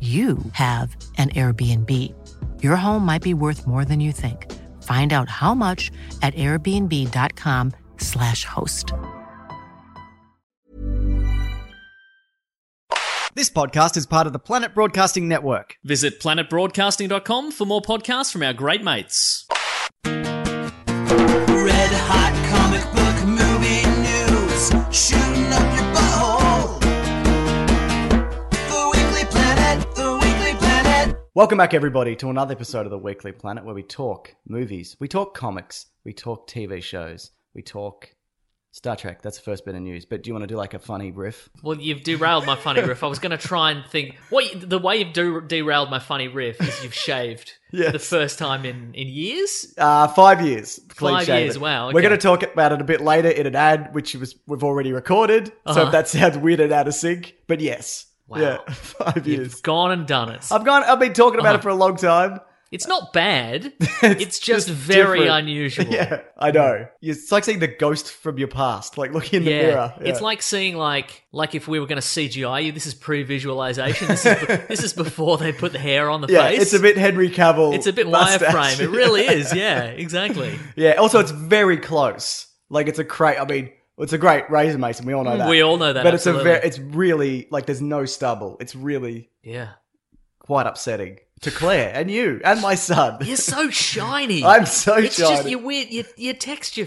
you have an Airbnb. Your home might be worth more than you think. Find out how much at airbnb.com/slash host. This podcast is part of the Planet Broadcasting Network. Visit planetbroadcasting.com for more podcasts from our great mates. Red hot comic book movie news, shooting up your butthole. The Weekly Planet, The Weekly Planet. Welcome back, everybody, to another episode of the Weekly Planet where we talk movies, we talk comics, we talk TV shows, we talk Star Trek. That's the first bit of news. But do you want to do like a funny riff? Well, you've derailed my funny riff. I was going to try and think. What you- the way you've de- derailed my funny riff is you've shaved Yes. the first time in in years. Uh, five years. clean Five shaven. years, wow, We're okay. going to talk about it a bit later in an ad, which was we've already recorded. So Uh-huh. if that sounds weird and out of sync, but yes. Wow. Yeah, five years. You've Uh-huh. gone and done it. I've gone. I've been talking about it for a long time. It's not bad. It's, just, just very different. unusual. Yeah, I Hmm. know. It's like seeing the ghost from your past, like looking in the Yeah. mirror. it's Yeah. like seeing like like if we were going to CGI you. This is pre-visualization. This is be- this is before they put the hair on the yeah, face. it's a bit Henry Cavill. it's a bit mustache. wireframe. It really is. Yeah, exactly. yeah. Also, it's very close. Like it's a great. I mean, it's a great razor mason. We all know that. Mm. We all know that. But absolutely. it's a very. It's really like there's no stubble. It's really yeah. quite upsetting to Claire and you and my son. You're so shiny. I'm so it's just shiny. you're weird. You're, you're texture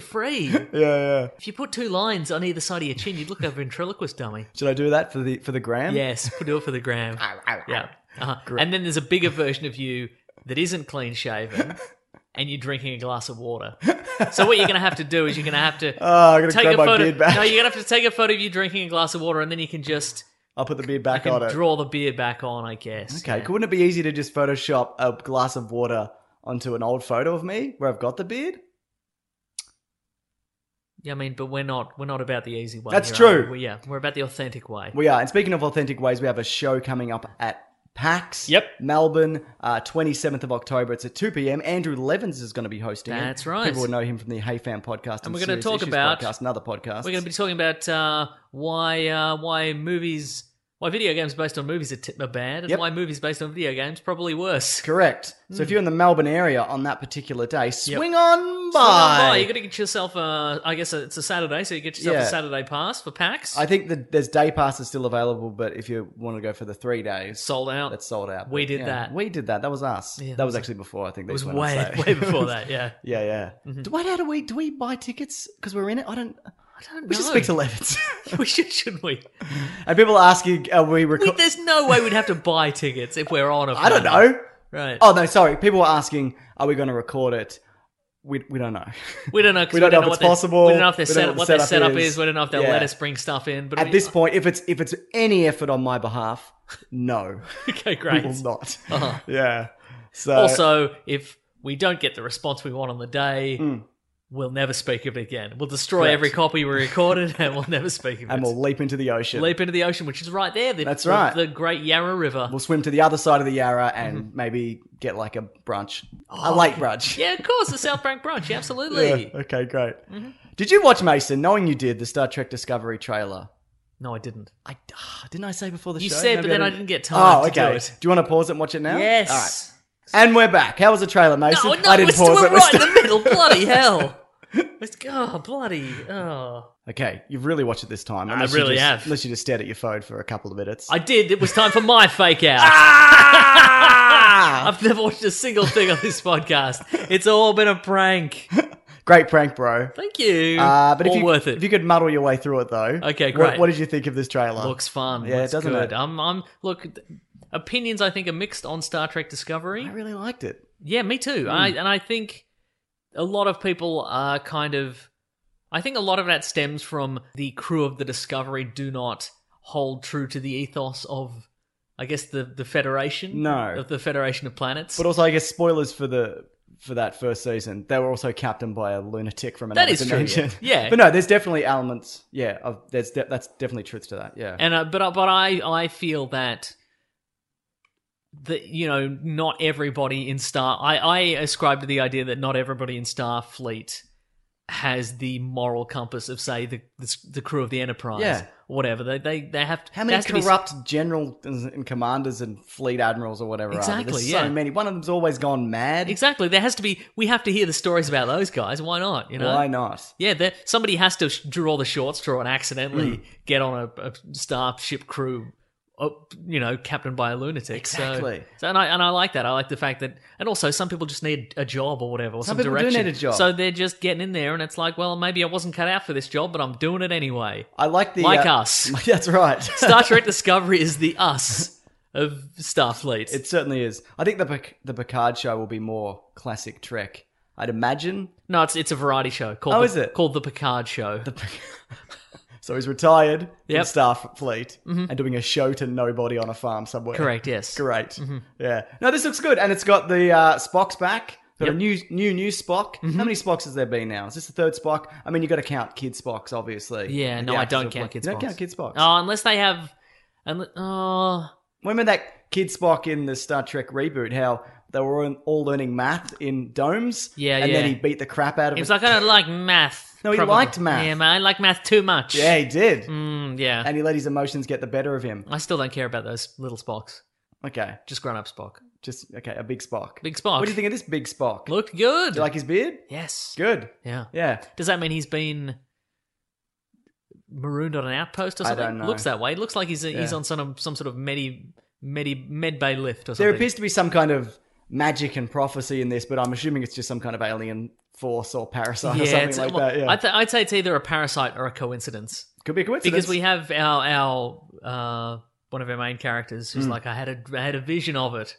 free. yeah, yeah. if you put two lines on either side of your chin, you'd look like a ventriloquist dummy. Should I do that for the for the gram? Yes, put it for the gram. Ah. yeah. Uh-huh. And then there's a bigger version of you that isn't clean shaven, and you're drinking a glass of water. So what you're going to have to do is you're going to have to Oh, I'm gonna take grab a my photo. beard back. No, you're going to have to take a photo of you drinking a glass of water, and then you can just I'll put the beard you back can on it. draw the beard back on. I guess. Okay, Yeah. wouldn't it be easy to just Photoshop a glass of water onto an old photo of me where I've got the beard? Yeah, I mean, but we're not we're not about the easy way. That's here, are true. we? yeah, we're about the authentic way. We are. And speaking of authentic ways, we have a show coming up at PAX. Yep. Melbourne, uh, 27th of October. It's at 2 p.m. Andrew Levens is going to be hosting it. That's right. People will know him from the Hey Fam podcast. And, we're going gonna to talk about- Podcast, another podcast. We're going to be talking about uh, why uh, why movies why video games based on movies are, t- are bad, and Yep. why movies based on video games probably worse. Correct. So if you're in the Melbourne area on that particular day, swing on by. Hmm. Swing on by. You got to get yourself a. I guess it's a Saturday, so you get yourself Yeah. a Saturday pass for PAX. I think that there's day passes still available, but if you want to go for the three days, sold out. That's sold out. We But, did yeah, that. We did that. That was us. Yeah, that was actually before. I think it these was went way on sale. way before that. Yeah. Mm-hmm. yeah, yeah. Do, wait, how do we do we buy tickets because we're in it? I don't. I don't We should know. speak to Levins. we should, shouldn't we? and people are asking, are we we? recording? There's no way we'd have to buy tickets if we're on a. I don't panel. know. Right. Oh no, sorry. People were asking, are we going to record it? We we don't know. We don't know. 'cause We don't know if what it's their- possible. We don't know if their We don't set, know what what their the setup setup is. is. We don't know if they'll Yeah. let us bring stuff in. But At this point, if it's if it's any effort on my behalf, no, okay, we great. will not. Uh-huh. Yeah. So Also, if we don't get the response we want on the day, we'll never speak of it again. We'll Hmm. destroy Correct. every copy we recorded, and we'll never speak of and it. we'll leap into the ocean. leap into the ocean, which is right there. The, That's the- right. The, Great Yarra River. We'll swim to the other side of the Yarra and Mm-hmm. maybe get like a brunch, a Oh, late brunch. yeah, of course, the South Bank brunch. Absolutely. Yeah, Okay, great. Mm-hmm. Did you watch Mason? Knowing you did the Star Trek Discovery trailer, No, I didn't. I ah, didn't I say before the You show. said, Maybe but then I didn't get time Oh, to okay. do it. you want to pause it and watch it now? Yes. All right. And we're back. How was the trailer, Mason? No, no, I didn't we're, pause we're it. We're right in still- the middle. Bloody hell. It's, oh, bloody. Oh. Okay, you've really watched it this time. unless really you just, have. Unless you just stared at your phone for a couple of minutes. I did. It was time for my fake out. Ah! I've never watched a single thing on this podcast. It's all been a prank. Great prank, bro. Thank you. Uh, but all if you, worth it. If you could muddle your way through it, though. Okay, what- great. What, did you think of this trailer? looks fun. Yeah, it looks doesn't good. it? I'm, I'm look. th- Opinions, I think, are mixed on Star Trek Discovery. I Hmm. really liked it. Yeah, me too. I, and I think a lot of people are kind of. I think a lot of that stems from the crew of the Discovery do not hold true to the ethos of, I guess, the, the Federation. No. Of the Federation of Planets. But also, I guess spoilers for the for that first season. They were also captained by a lunatic from another That is true, dimension. yeah. Yeah. But no, there's definitely elements. Yeah, of, there's de- that's definitely truth to that. Yeah. and uh, but uh, but I I feel that that you know not everybody in Star I I ascribe to the idea that not everybody in Starfleet has the moral compass of say the the, the crew of the Enterprise Yeah. or whatever they they they have to, How many there has to be- corrupt generals and commanders and fleet admirals or whatever? Are there? Exactly, There's yeah. So many. One of them's always gone mad. exactly there has to be we have to hear the stories about those guys why not you know Why not? Yeah, there, somebody has to sh- draw the short straw and accidentally Mm. get on a, a starship crew, uh, you know, captained by a lunatic. Exactly. So, so and I and I like that. I like the fact that, and also some people just need a job or whatever, or some, Some people do direction. need a job. So they're just getting in there, and it's like, well, maybe I wasn't cut out for this job, but I'm doing it anyway. I like the Like uh, us. That's right. Star Trek Discovery is the us of Starfleet. It certainly is. I think the Pic- the Picard show will be more classic Trek. I'd imagine. no, it's it's a variety show. Called Oh, the, is it? called the Picard Show? So he's retired Yep. Mm-hmm. from Starfleet and doing a show to nobody on a farm somewhere. Correct. Yes. Mm-hmm. Great. Yeah. No, this looks good, and it's got the uh, Spock's back. Got a Yep. Mm-hmm. new, new, new Spock. How many Spocks has there been now? Is this the third Spock? I mean, you got to count kid Spocks, obviously. Yeah, Like no, the I actors don't of- count kid You don't Spocks. count kid Spocks. Oh, unless they have, unless, oh. Remember that kid Spock in the Star Trek reboot? How they were all- all learning math in domes. Yeah, and then he yeah. beat the crap out of. He was a- like, I don't like math. No, he probably. liked math. Yeah, man, I like math too much. yeah, he did. Mm, yeah. and he let his emotions get the better of him. I still don't care about those little Spocks. Okay, Just grown up Spock. just okay, a big Spock. Big Spock. What do you think of this big Spock? Looked good. Do you like his beard? yes. Good. Yeah. Yeah. Does that mean he's been marooned on an outpost or I something? don't know. Looks that way. It looks like he's he's Yeah. on some some sort of medi medi med bay lift or something. There appears to be some kind of magic and prophecy in this, but I'm assuming it's just some kind of alien force or parasite or something it's- like well, that. Yeah, I th- I'd say it's either a parasite or a coincidence. could be a coincidence. because we have our our uh, one of our main characters Hmm. who's like I had a I had a vision of it,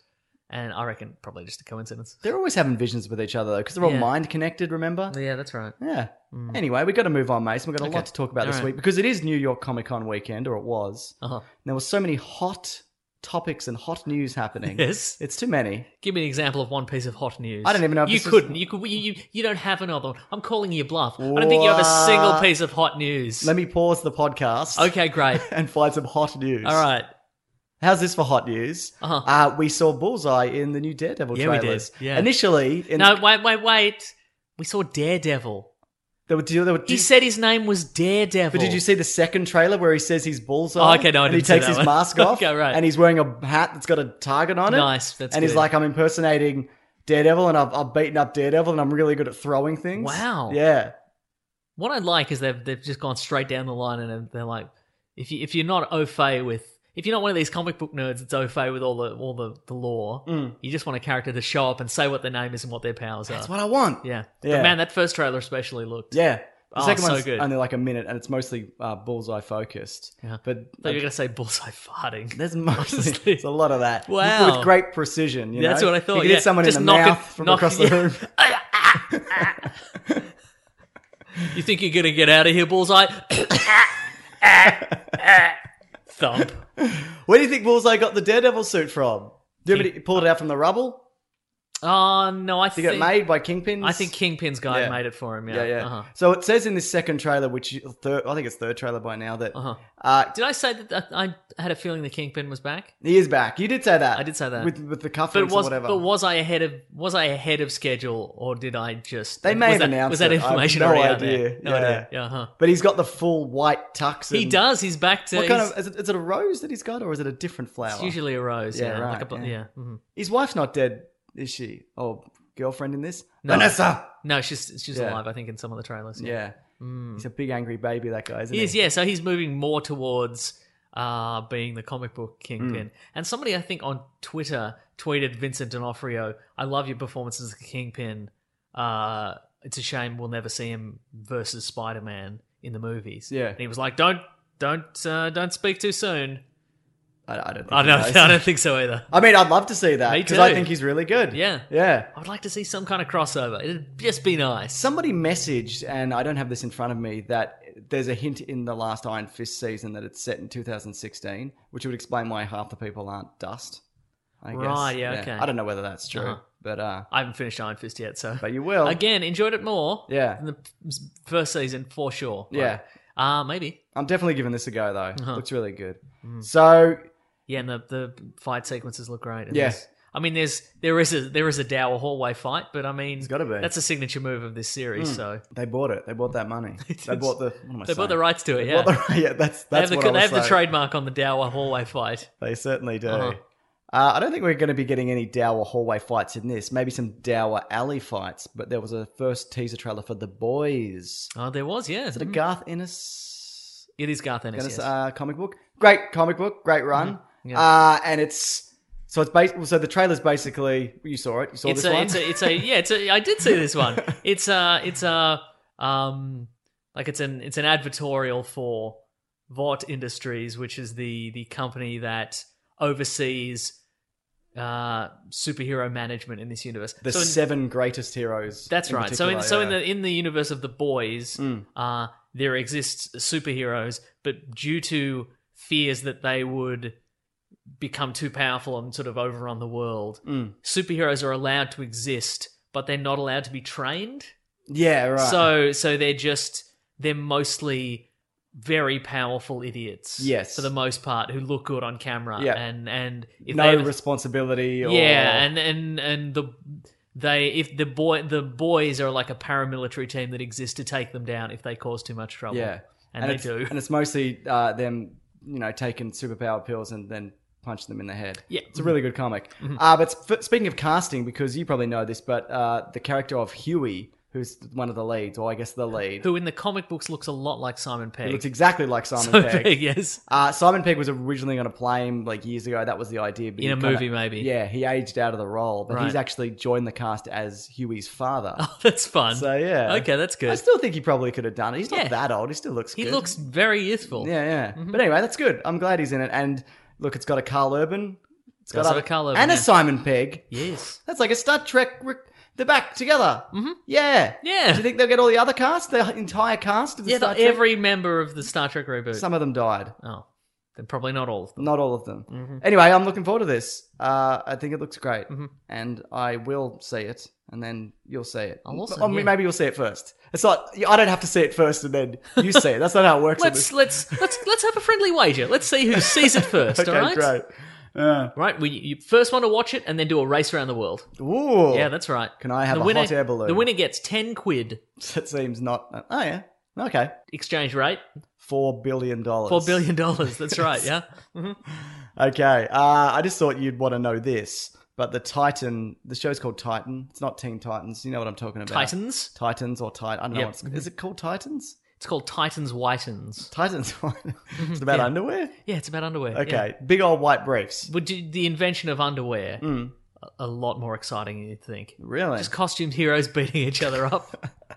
and I reckon probably just a coincidence. they're always having visions with each other though, because they're all Yeah. Hmm. mind connected. Remember? Yeah, that's right. Yeah. Anyway, we've got to move on, Mason. We've got a lot to talk about this All right. week because it is New York Comic Con weekend, or it was. Uh-huh. And there were so many hot topics and hot news happening. Yes. It's too many. Give me an example of one piece of hot news. I don't even know if you this is- couldn't. You could. You, you you don't have another one. I'm calling you bluff. I don't think you have a single What? piece of hot news. Let me pause the podcast. Okay, great. and find some hot news. All right. How's this for hot news? Uh-huh. Uh, we saw Bullseye in the new Daredevil Yeah, we did. trailers. Yeah. Initially, in, No, wait, wait, wait. We saw Daredevil. there were, there were, He said his name was Daredevil. but did you see the second trailer where he says he's Bullseye? Oh, okay, no, I And he didn't see takes that his one. mask off. Okay, right. And he's wearing a hat that's got a target on it. Nice, that's And he's good. like, I'm impersonating Daredevil and I've, I've beaten up Daredevil and I'm really good at throwing things. Wow. Yeah. What I like is they've they've just gone straight down the line, and they're like, if you if you're not au fait with if you're not one of these comic book nerds that's au fait with all the all the the lore, you just want a character to show up and say what their name is and what their powers Mm. That's are. what I want. yeah. Yeah. but man, that first trailer especially looked. Yeah. The Oh, second so one's good. only like a minute and it's mostly uh, Bullseye focused. Yeah. But I thought you were gonna say bullseye farting. There's mostly Honestly. there's a lot of that. Wow. with great precision. You That's know? what I thought. You could yeah. hit someone just in the knock it- mouth from knock- across yeah. the room. you think you're gonna get out of here, bullseye? Thump. Where do you think Bullseye got the Daredevil suit from? Do you remember he pulled it out from the rubble? Oh no, I Did think it get made by kingpins? I think Kingpin's guy Yeah. made it for him. Yeah, Yeah, yeah. Uh-huh. So it says in this second trailer, which you- third, I think it's third trailer by now, that uh Uh-huh. Did I say that I I had a feeling the Kingpin was back? he is back. You did say that. I did say that. with with the But cufflinks or was whatever. but was I ahead of was I ahead of schedule or did I just They may was have that, announced was that it. I have information no already out idea. there? No Yeah. idea. Yeah, huh. but he's got the full white tux. He and- does. He's back to What kind he's- of is it, is it a rose that he's got, or is it a different flower? it's usually a rose. Yeah, Yeah, mm-hmm. like right, a, bu- yeah. yeah. mhm. His wife's not dead, is she? Oh, girlfriend in this? No. Vanessa. No, she's she's Yeah. alive. I think in some of the trailers. Yeah, Mm. he's a big angry baby. That guy, isn't He he? is, yeah. So he's moving more towards uh, being the comic book kingpin. Hmm. And somebody, I think, on Twitter tweeted Vincent D'Onofrio, I love your performance as the kingpin. Uh, it's a shame we'll never see him versus Spider Man in the movies. Yeah. And he was like, don't. Don't uh, don't speak too soon. I, I don't. Think I he don't. knows. I don't think so either. I mean, I'd love to see that Me because I too. think he's really good. Yeah. yeah. I would like to see some kind of crossover. It'd just be nice. Somebody messaged, and I don't have this in front of me, that there's a hint in the last Iron Fist season that it's set in 2016, which would explain why half the people aren't dust. I guess. Right, yeah, okay. I don't know whether that's true, Uh-huh. but uh, I haven't finished Iron Fist yet, so but you will. again enjoyed it more. Yeah. than the first season for sure. Yeah. Right. Uh maybe. I'm definitely giving this a go though. Uh-huh. Mm. Looks really good. So Yeah, and the, the fight sequences look great. And Yeah. there's- I mean, there's there is a there is a dour hallway fight, but I mean, It's gotta be. That's a signature move of this series. So they bought it. They bought that money. They bought the. What am I they bought the saying? rights to it. They Yeah, bought the- yeah, that's they that's have, the, what I they was have the saying. trademark on the dour hallway fight. They certainly do. Uh-huh. Uh, I don't think we're going to be getting any Dower hallway fights in this. Maybe some Dower alley fights, but there was a first teaser trailer for The Boys. Oh, there was yeah. Is it a Garth Ennis, it is Garth Ennis. Ennis yes. Mm-hmm. uh, comic book? Great comic book, great run. Yeah. Uh, and it's so it's bas- so the trailer's basically you saw it, you saw it's this a, one. it's a, it's a, yeah, it's a. I did see this one. It's a, it's a, um, like it's an, it's an advertorial for Vought Industries, which is the the company that oversees uh superhero management in this universe. the So in- seven greatest heroes. that's in right. So in particular, so in yeah. Mm. the in the universe of the boys, uh, there exists superheroes, but due to fears that they would become too powerful and sort of overrun the world, mm. superheroes are allowed to exist, but they're not allowed to be trained. yeah right So so they're just they're mostly very powerful idiots. Yes. for the most part, who look good on camera. Yeah. and and if no they responsibility. Or, yeah, and and and the they if the boy the boys are like a paramilitary team that exists to take them down if they cause too much trouble. Yeah, and, they it's- do. and it's mostly uh, them, you know, taking superpower pills and then punching them in the head. Yeah. Mm-hmm. it's a really good comic. Uh, but sp- speaking of casting, because you probably know this, but uh, the character of Huey, who's one of the leads, or I guess the lead, who in the comic books looks a lot like Simon who Pegg. looks exactly like Simon so Pegg. Pegg, yes. Uh, Simon Pegg was originally going to play him like years ago. That was the idea. but In he a kinda- movie, maybe. Yeah, he aged out of the role, but he's Right. actually joined the cast as Huey's father. Oh, that's fun. So yeah, Okay, that's good. I still think he probably could have done it. He's not Yeah. that old. He still looks. he good. looks very youthful. Yeah, yeah. Mm-hmm. But anyway, that's good. I'm glad he's in it. And look, it's got a Carl Urban. It's got Does have other- a Carl Urban, and a yeah. Simon Pegg. Yes. That's like a Star Trek. Re- they're back together. Mm-hmm. Yeah. Yeah. Do you think they'll get all the other cast? The entire cast of the Yeah, Star the, Trek? every member of the Star Trek reboot. Some of them died. oh, then probably not all of them. Not all of them. Mm-hmm. Anyway, I'm looking forward to this. Uh, I think it looks great, and I will see it, and then you'll see it. I'll also- Or yeah. Maybe you'll see it first. It's not. I don't have to see it first, and then you see it. That's not how it works. on Let's this. let's let's let's have a friendly wager. Let's see who sees it first. Okay, all right. great. Right. We you first one to watch it and then do a race around the world. Ooh. Yeah, that's right. Can I have the a winner, hot air balloon? The winner gets 10 quid That seems not. Oh yeah. Okay. exchange rate, Four billion dollars. $4 billion. That's right, yeah? Okay. Uh, I just thought you'd want to know this, but the Titan. The show's called Titan. It's not Teen Titans. You know what I'm talking about? Titans. Titans or Titan. I don't know. Yep. Mm-hmm. What it's, is it called Titans? It's called Titans Whitens. Titans. it's about underwear. Mm-hmm. Yeah, it's about underwear. yeah. Okay. Big old white briefs. But do- the invention of underwear, a- a lot more exciting than you'd think. Really? Just costumed heroes beating each other up.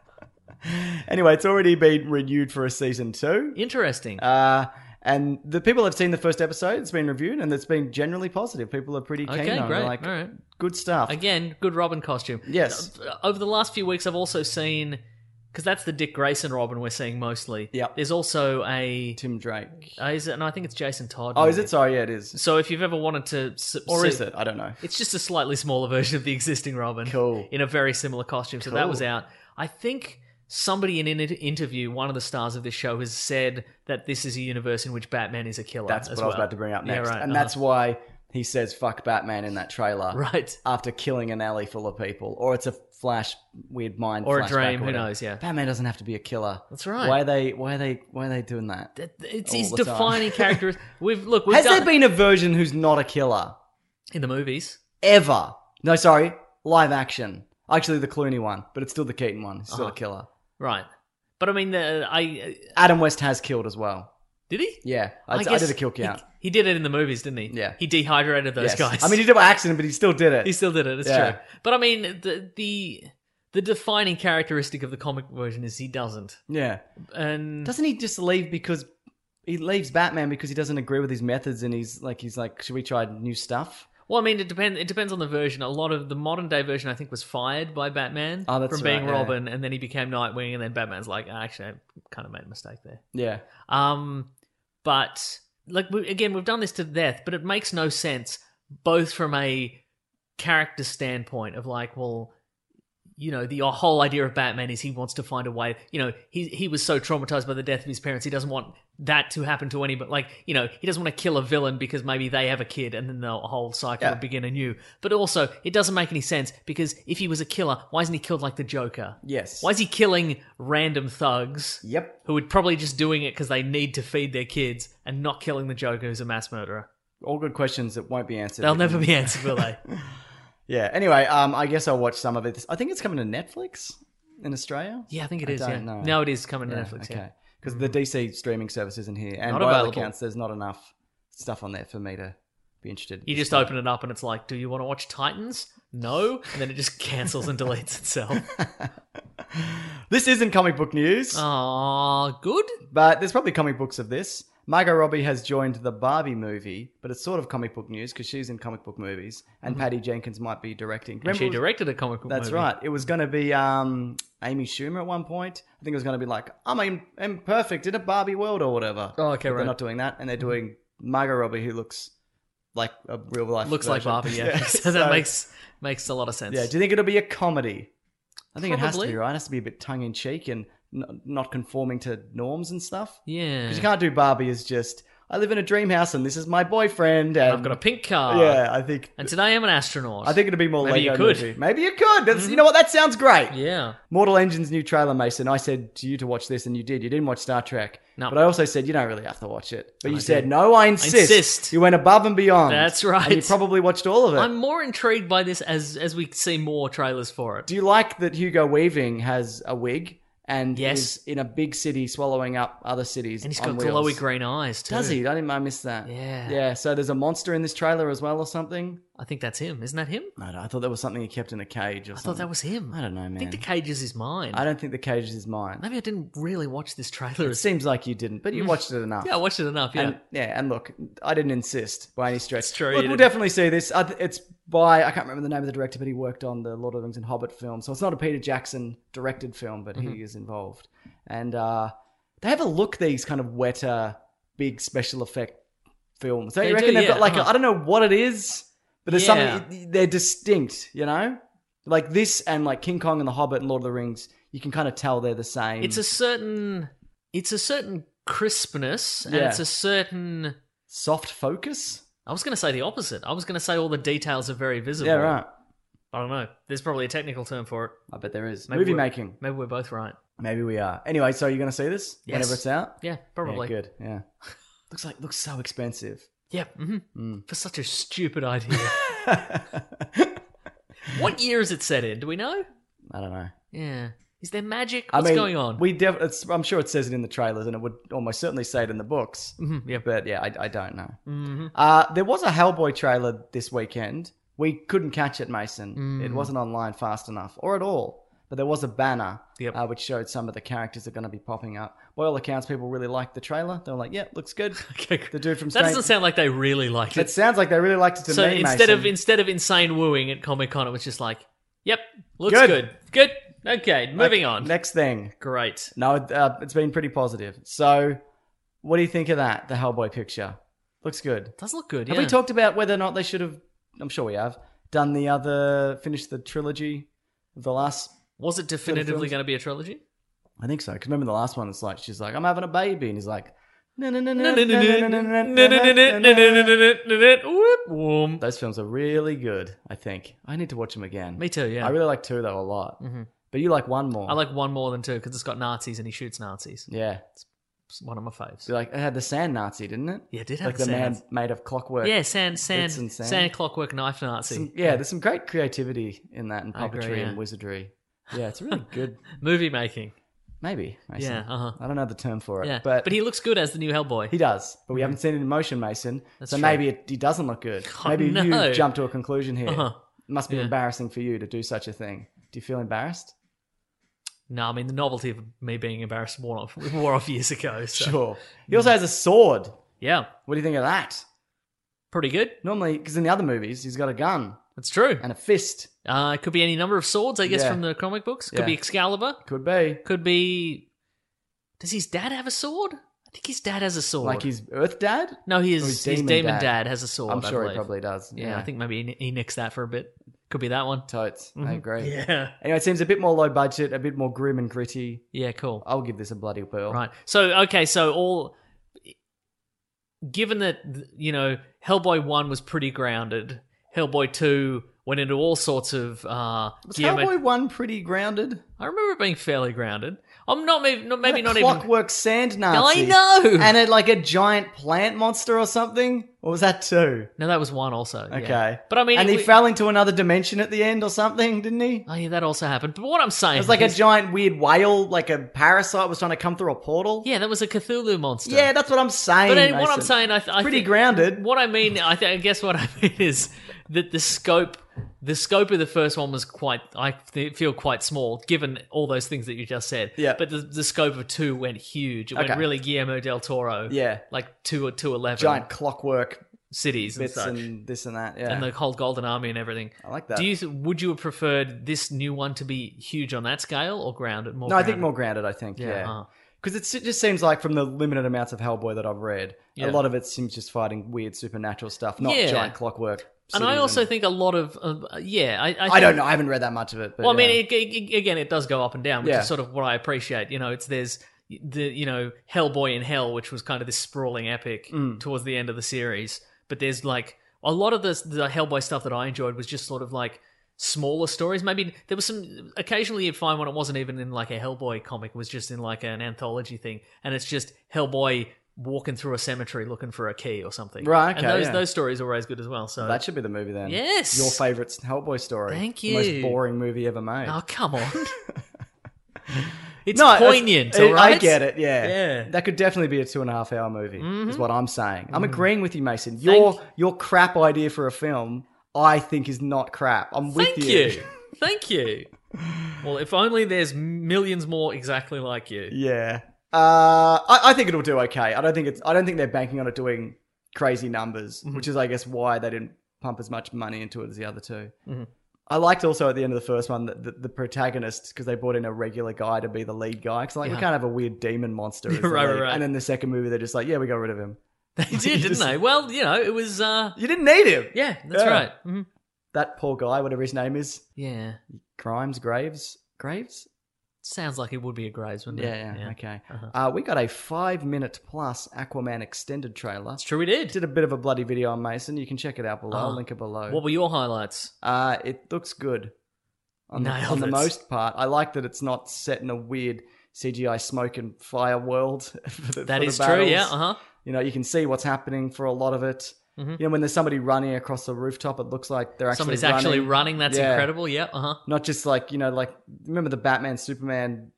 Anyway, it's already been renewed for a season two. Interesting. Uh, and the people have seen the first episode. It's been reviewed, and it's been generally positive. People are pretty keen okay, on great. it. Like, All right. good stuff. Again, good Robin costume. Yes. Uh, Over the last few weeks, I've also seen, because that's the Dick Grayson Robin we're seeing mostly. Yep. There's also a. Tim Drake. Uh, is it? No, I think it's Jason Todd. Oh, is maybe. it? Sorry, yeah, it is. So if you've ever wanted to, s- Or see- is it? I don't know. It's just a slightly smaller version of the existing Robin. Cool. In a very similar costume. So that Cool. was out. I think somebody in an inter- interview, one of the stars of this show, has said that this is a universe in which Batman is a killer. That's as what I was well. about to bring up next. Yeah, right. and uh-huh. that's why he says fuck Batman in that trailer. right. After killing an alley full of people. Or it's a flash weird mind. Or a flashback dream, who whatever. knows, yeah. Batman doesn't have to be a killer. That's right. Why are they why are they why are they doing that? That- It's All his the time. defining character. We've look. We've Has done there been a version who's not a killer? in the movies? Ever. No, sorry. Live action. I Actually, the Clooney one, but it's still the Keaton one. He's still Uh-huh. a killer. Right. But I mean, the, I Adam West has killed as well. did he? Yeah, I, I did a kill count. He, he did it in the movies, didn't he? Yeah. He dehydrated Yes. those guys. I mean, he did it by accident, but he still did it. He still did it. It's Yeah. true. But I mean, the the the defining characteristic of the comic version is he doesn't. yeah. And Doesn't he just leave because he leaves Batman because he doesn't agree with his methods and he's like he's like, should we try new stuff? well, I mean, it depends. It depends on the version. A lot of the modern day version, I think, was fired by Batman Oh, that's from right, being yeah. Robin, and then he became Nightwing, and then Batman's like, "Ah, actually, I kind of made a mistake there. Yeah. Um, but like we, again, we've done this to death, but it makes no sense both from a character standpoint of like, well, you know, the uh, whole idea of Batman is he wants to find a way. You know, he he was so traumatized by the death of his parents, he doesn't want that to happen to anybody. Like, you know, he doesn't want to kill a villain because maybe they have a kid, and then the whole cycle Yeah. would begin anew. But also, it doesn't make any sense because if he was a killer, why isn't he killed like the Joker? Yes. Why is he killing random thugs? Yep. who would probably just doing it because they need to feed their kids and not killing the Joker who's a mass murderer. All good questions that won't be answered. They'll never be answered, will they? Yeah. Anyway, um, I guess I'll watch some of it. I think it's coming to Netflix in Australia. Yeah, I think it I is. don't yeah. know. No, it is coming to Yeah, Netflix. Okay. Yeah. Mm. Because the DC streaming service isn't here, and Not by all available. accounts, there's not enough stuff on there for me to be interested. You just open it up and it's like, do you want to watch Titans? No, and then it just cancels and deletes itself. This isn't comic book Oh. news, Aw, good. but there's probably comic books of this. Margot Robbie has joined the Barbie movie, but it's sort of comic book news because she's in comic book movies, and Patty Jenkins might be directing. Mm-hmm. And she Remember- directed a comic book That's movie. right. It was going to be um, Amy Schumer at one point. I think it was going to be like, I'm im- imperfect in a Barbie world or whatever. Oh, okay, But They're right. Mm-hmm. not doing that, and they're doing Margot Robbie, who looks like a real life. Looks like version. Barbie, yeah. so that makes makes a lot of sense. Yeah. Do you think it'll be a comedy? I think it has to be Probably. right. It has to be a bit tongue in cheek and n- not conforming to norms and stuff. yeah. Because you can't do Barbie as just I live in a dream house and this is my boyfriend and I've got a pink car. yeah. I think And today I'm an astronaut. I think it'll be more Maybe Lego you could. Mm-hmm. movie. Maybe you could. That's, You know what? That sounds great. Yeah. Mortal Engine's new trailer, Mason. I said to you to watch this, and you did. You didn't watch Star Trek. No. But I also said you don't really have to watch it. But you I said did. no, I insist. insist. You went above and beyond. That's And you right. probably watched all of it. I'm more intrigued by this as as we see more trailers for it. Do you like that Hugo Weaving has a wig and Yes. is in a big city swallowing up other cities? and he's on got wheels? glowy green eyes too. Does he? I didn't. I missed that. Yeah. Yeah. So there's a monster in this trailer as well, or something. I think that's him. Isn't that him? I, don't, I thought that was something he kept in a cage. Or I thought that was him. I don't know, I man. think the cage is his mind. I don't think the cage is mine. Maybe I didn't really watch this trailer. It As... seems like you didn't, but you watched it enough. Yeah, I watched it enough. Yeah, And, yeah, and look, I didn't insist by any stretch. It's true, Look, you we'll didn't. definitely see this. I th- It's by I can't remember the name of the director, but he worked on the Lord of the Rings and Hobbit film, so it's not a Peter Jackson directed film, but Mm-hmm. he is involved. And uh, they have a look these kind of wetter, big special effect films. Don't They you do, reckon? they've yeah, got like I uh-huh. I don't know what it is, but there's Yeah. something they're distinct. You know, like this and like King Kong and the Hobbit and Lord of the Rings. You can kind of tell they're the same. it's a certain, it's a certain crispness, and Yeah. it's a certain. soft focus. I was going to say the opposite. I was going to say all the details are very visible. Yeah, right. I don't know. There's probably a technical term for it. I bet there is Maybe movie we're- making. Maybe we're both right. Maybe we are. Anyway, so you're going to see this Yes. whenever it's out. Yeah, probably. Yeah, good. Yeah. looks like looks so expensive. Hmm. Yeah, mhm. for such a stupid idea. what year is it set in? Do we know? I don't know. Yeah. Is there magic? I What's mean, going on? We def- it's, I'm sure it says it in the trailers, and it would almost certainly say it in the books. Mhm, yeah. But yeah, I, I don't know. Hmm. Mm-hmm. Uh, there was a Hellboy trailer this weekend. We couldn't catch it, Mason. It Hmm. wasn't online fast enough, or at all. But there was a banner Yep. uh, which showed some of the characters that are going to be popping up. By all accounts, people really liked the trailer. They were like, "Yeah, looks good." Okay, great. The dude from That Stranger- doesn't sound like they really liked It it. sounds like they really liked it to So me. instead of Mason. instead of insane wooing at Comic Con, it was just like, "Yep, looks Good. good, good, okay, Okay, moving on." Next thing. Great. No, uh, it's been pretty positive. So, what do you think of that? The Hellboy picture looks good. Does look good. Have yeah. we talked about whether or not they should have? I'm sure we have done the other, finished the trilogy of the last. Was it definitively films? going to be a trilogy? I think so. Because remember the last one? It's like she's like, I'm having a baby, and he's like, no, no, no, no, no, no, no, no, no, no, no, no. Whoop, whoom. Those films are really good. I think I need to watch them again. Me too. Yeah, Mm-hmm. I really like two though a lot, but you like one more. I like one more than two because it's got Nazis and he shoots Nazis. Yeah, It's It's one of my faves. Be like it had the sand Nazi, didn't it? Yeah, it did have like the the man sand. made of clockwork. Yeah, sand, sand, Bits and sand, sand. clockwork knife Nazi. Some- yeah, there's some great creativity in that, and I agree, puppetry yeah. and wizardry. Yeah, it's really good. Movie making. Maybe. Mason. Yeah, uh-huh. I don't know the term for it, Yeah, but but he looks good as the new Hellboy. He does, but we haven't seen it in motion, Mason. That's so true. maybe it, he doesn't look good. Oh, maybe no. you jump to a conclusion here. Uh-huh. It must be Yeah. embarrassing for you to do such a thing. Do you feel embarrassed? no, I mean the novelty of me being embarrassed wore off, wore off years ago. So. Sure. He also has a sword. Yeah, What do you think of that? pretty good. Normally, because in the other movies, he's got a gun That's true. and a fist. Uh, it could be any number of swords, I guess, Yeah. from the comic books. Could Yeah. be Excalibur. Could be. Could be. Does his dad have a sword? I think his dad has a sword. Like his Earth Dad? no, his or his demon, dad. has a sword. I'm I sure he believe. probably does. Yeah, I think maybe he, he nicks that for a bit. Could be that one. Mm-hmm. Totes. I agree. Yeah. Anyway, it seems a bit more low budget, a bit more grim and gritty. Yeah. Cool. I'll give this a bloody pearl. Right. So okay. So all. Given that you know Hellboy one was pretty grounded, Hellboy two went into all sorts of. Uh, Was Guillermo- Hellboy 1 pretty grounded? I remember it being fairly grounded. I'm not maybe not, maybe A not even. clockwork sand Nazi. I know. And it like a giant plant monster or something? Or was that two? No, that was one also. yeah. Okay. But I mean, and it he wa- fell into another dimension at the end or something, didn't he? Oh yeah, that also happened. But what I'm saying It was like a is- giant weird whale, like a parasite was trying to come through a portal. yeah, that was a Cthulhu monster. Yeah, that's what I'm saying. But then what Mason. I'm saying, I, th- I pretty thi- grounded. What I mean, I, th- I guess what I mean is that the scope, the scope of the first one was quite, I th- feel quite small, given all those things that you just said. Yeah. But the, the scope of two went huge. It went Okay. really Guillermo del Toro. Yeah. Like two or two eleven Giant clockwork cities and bits such, and, and, this and that. Yeah. the whole Golden Army and everything. I like that. Do you th- would you have preferred this new one to be huge on that scale or grounded more? no, I think grounded? more grounded, I think. Yeah. uh-huh. Because it just seems like from the limited amounts of Hellboy that I've read, a Yeah. lot of it seems just fighting weird supernatural stuff, not Yeah. giant clockwork. And I cities also think a lot of uh, yeah, I I, I think- don't know. I haven't read that much of it. But Well, I mean, yeah. it, it, it- again, it does go up and down, which Yeah. is sort of what I appreciate. You know, it's there's the you know Hellboy in Hell, which was kind of this sprawling epic Mm. towards the end of the series, but there's like a lot of the the Hellboy stuff that I enjoyed was just sort of like smaller stories. Maybe there was some occasionally you'd find one it wasn't even in like a Hellboy comic, it was just in like an anthology thing, and it's just Hellboy walking through a cemetery looking for a key or something. Right, okay, and those yeah. those stories are always good as well. So that should be the movie then. Yes. your favorite Hellboy story. Thank The you. most boring movie ever made. Oh, come on. it's No, poignant, it- all right? I get it. Yeah, Yeah. Mm-hmm. That could definitely be a two and a half hour movie. Is what I'm saying. I'm agreeing with you, Mason. Your your crap idea for a film, I think, is not crap. I'm Thank with you. you. Thank you. Well, if only there's millions more exactly like you. yeah. Uh, I, I think it'll do okay. I don't think it's. I don't think they're banking on it doing crazy numbers, Mm-hmm. which is, I guess, why they didn't pump as much money into it as the other 2 Mm-hmm. I liked also at the end of the first one that the, the protagonist because they brought in a regular guy to be the lead guy because like we Yeah. can't have a weird demon monster, as the Right, right, lead. right. And then the second movie they're just like, yeah, we got rid of him. They did, didn't they? Well, you know, it was uh You didn't need him. yeah, that's Yeah. right. hmm That poor guy, whatever his name is, Yeah. Grimes, Graves, Graves. Sounds like it would be a Graves, wouldn't it? Uh-huh. Yeah, yeah, okay. uh we got a five minute plus Aquaman extended trailer. It's true we did. Did a bit of a bloody video on Mason. You can check it out below. Uh-huh. I'll link it below. What were your highlights? Uh, it looks good on, the, Nailed on the it. most part. I like that it's not set in a weird CGI smoke and fire world. for the- for That the is true, yeah, battles. uh-huh. Mm-hmm. You know, you can see what's happening for a lot of it. You know, when there's somebody running across the rooftop, it looks like they're actually Somebody's actually running, that's Yeah. incredible, yeah, uh-huh. Not just like you know, like remember the Batman Superman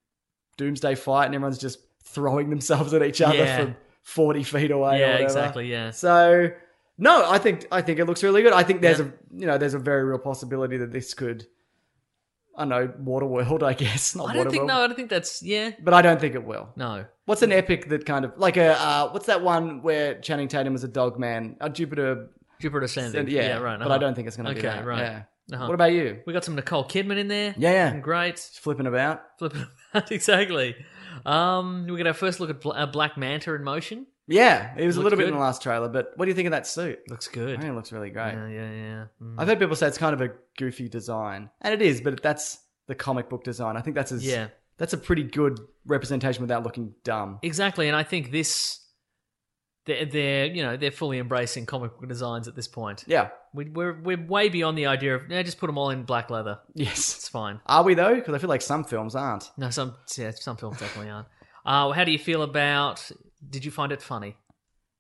Doomsday fight, and everyone's just throwing themselves at each other Yeah. from forty feet away. or yeah, whatever. exactly, yeah. So no, I think I think it looks really good. I think there's Yeah. a you know there's a very real possibility that this could I don't know Waterworld, I guess not I don't think Waterworld, no, I don't think that's yeah. but I don't think it will. No. What's an epic that kind of like a uh, what's that one where Channing Tatum is a dog man? A Jupiter, Jupiter ascending. yeah, Yeah, right. But I uh-huh. don't think it's going to okay, be that. right. Yeah. Uh-huh. What about you? We got some Nicole Kidman in there. Yeah, yeah. Great. Just flipping about. Flipping about, exactly. Um, we got our first look at Bla- uh, Black Manta in motion. Yeah, it was a Looks little bit in good. the last trailer, but what do you think of that suit? Looks I good. think it looks really great. Yeah, yeah, yeah. Mm. I've heard people say it's kind of a goofy design, and it is, but that's the comic book design. I think that's as Yeah. that's a pretty good representation without looking dumb. Exactly, and I think this, they're, they're you know they're fully embracing comic book designs at this point. Yeah. We, we're we're way beyond the idea of yeah, just put them all in black leather. It's Yes. fine. Are we though? Because I feel like some films aren't. No, some yeah, some films definitely aren't. Uh, how do you feel about Did you find it funny?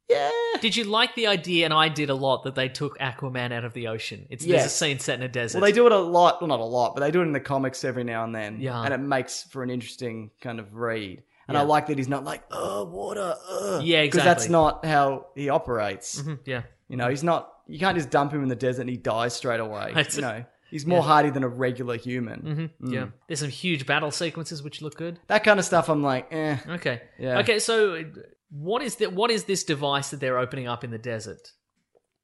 Yeah. Did you like the idea? And I did a lot that they took Aquaman out of the ocean. It's there's a Yes. scene set in a desert. Well, they do it a lot. Well, not a lot, but they do it in the comics every now and then. Yeah. And it makes for an interesting kind of read. And I Yeah. like that he's not like, oh, water, uh. Yeah, Because that's exactly. not how he operates. Mhm, yeah. You know, he's not, you can't just dump him in the desert and he dies straight away. That's- you know, he's more hardy than a regular human. Mm-hmm. Yeah. There's some huge battle sequences which look good. That kind of stuff, I'm like, eh. Okay. Yeah. Okay, so uh, what is that what is this device that they're opening up in the desert?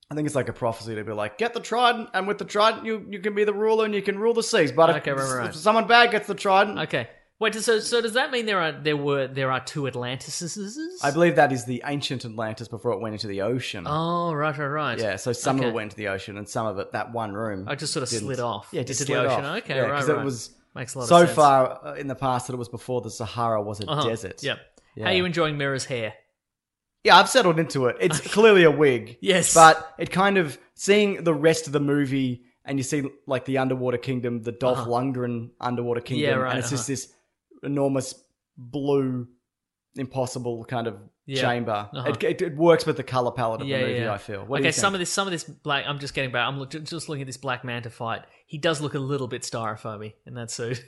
I think it's like a prophecy to be like, get the trident, and with the trident, you, you can be the ruler and you can rule the seas. But if, Okay, right, right, right. if someone bad gets the trident, Okay. Wait, so so does that mean there are there were there are two Atlantises? I believe that is the ancient Atlantis before it went into the ocean. Oh, right, right, right. Yeah, so some of Okay. it went to the ocean, and some of it that one room. I just sort of didn't. slid off. Yeah, just into slid the ocean. off. Okay, Yeah, right, 'cause right. it was Makes a lot of so sense. far uh, in the past that it was before the Sahara was a Uh-huh. desert. Yep. Yeah. How are you enjoying Mira's hair? Yeah, I've settled into it. It's clearly a wig. Yes. but it kind of seeing the rest of the movie, and you see like the underwater kingdom, the Dolph Lundgren underwater kingdom, Uh-huh. Yeah, right, and uh-huh. it's just this enormous blue, impossible kind of Yeah. chamber. Uh-huh. It, it, it works with the color palette of Yeah, the movie. yeah. I feel. What do okay, you think? some of this, some of this black. I'm just getting back. I'm look, just looking at this Black Manta fight. He does look a little bit styrofoamy in that suit.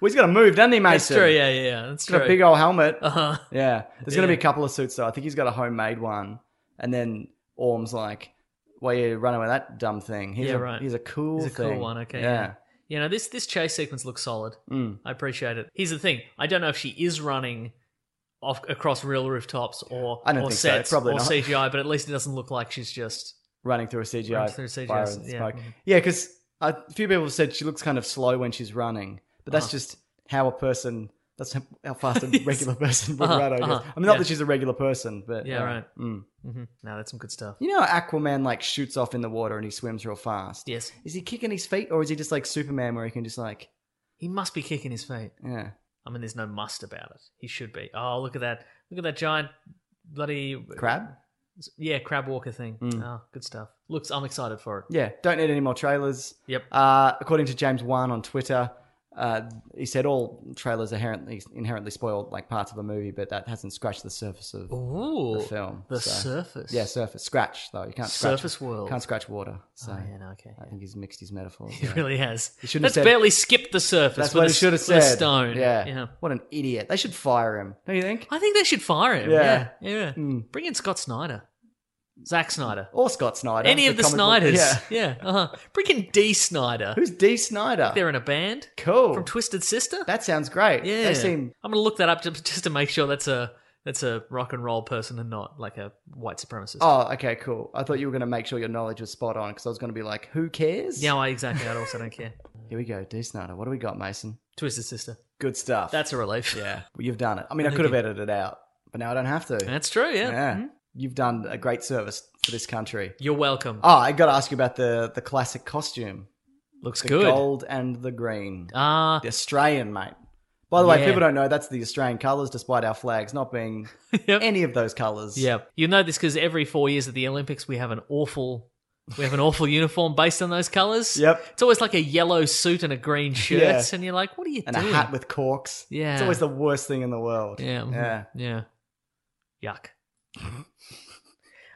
well, he's got to move, doesn't he, Mason? That's true. Yeah, yeah, yeah. That's He's true. got a big old helmet. uh-huh. Yeah. There's going to Yeah. be a couple of suits, though. I think he's got a homemade one. And then Orm's like, why you running with that dumb thing? He's Yeah, a, right. He's a cool He's a cool thing. one, okay, Yeah. You know this this chase sequence looks solid. Mm. I appreciate it. Here's the thing. I don't know if she is running off across real rooftops or I don't or think so, sets probably or not. CGI, but at least it doesn't look like she's just. Running through a CGI. Runs through CGI, fire and yeah. smoke. Mhm. Yeah, because a few people have said she looks kind of slow when she's running. But Uh-huh. that's just how a person, that's how- how fast a regular person would Uh-huh, run, I guess. uh-huh, I mean, not yeah. that she's a regular person, but. Yeah, uh, right. mm. Mm-hmm. No, that's some good stuff. You know how Aquaman, like, shoots off in the water and he swims real fast? Yes, Is he kicking his feet or is he just like Superman where he can just, like, he must be kicking his feet. yeah. I mean, there's no must about it. He should be. Oh, look at that! Look at that giant bloody Crab? Yeah, crab walker thing. Mm. Oh, good stuff. Looks, I'm excited for it. Yeah, don't need any more trailers. Yep. Uh, according to James Wan on Twitter, uh, he said all trailers inherently inherently spoil like parts of a movie, but that hasn't scratched the surface of Ooh, the film. The so- surface. Yeah, surface scratch though. You can't scratch, surface world. Can't scratch water. So Oh, yeah, no, okay. I think he's mixed his metaphors. He there. really has. He Uh, shouldn't That's have said- barely skipped the surface. That's with what a he s- should have with a said. stone. Yeah. yeah. What an idiot. They should fire him. Don't you think? I think they should fire him. Yeah. Hmm. Yeah, yeah. Bring in Scott Snyder, Zack Snyder, Or Scott Snyder. any of the comic book- Snyders. Yeah. yeah. Uh-huh. Bring in D Snyder. Who's D. Snyder? They're in a band cool. from Twisted Sister. that sounds great. yeah, They seem I'm gonna look that up just, just to make sure that's a that's a rock and roll person and not like a white supremacist. Oh, okay, cool. I thought you were going to make sure your knowledge was spot on because I was going to be like, who cares? Yeah, I exactly. I also don't care. Here we go, D. Snyder. What do we got, Mason? Twisted Sister. Good stuff. That's a relief. Yeah, well, you've done it. I mean, I could have edited it out, but now I don't have to. that's true. Yeah. Mm-hmm. Yeah. You've done a great service for this country. You're welcome. Oh, I got to ask you about the the classic costume, Looks the good. gold and the green, Ah, the Australian mate. By the way, Yeah. people don't know that's the Australian colours, despite our flags not being Yep. any of those colours. Yeah, you know this because every four years at the Olympics we have an awful, we have an awful uniform based on those colours. Yep. it's always like a yellow suit and a green shirt, Yeah. and you're like, what are you and doing? a hat with corks. Yeah. it's always the worst thing in the world. yeah, mhm, yeah. yeah, yuck.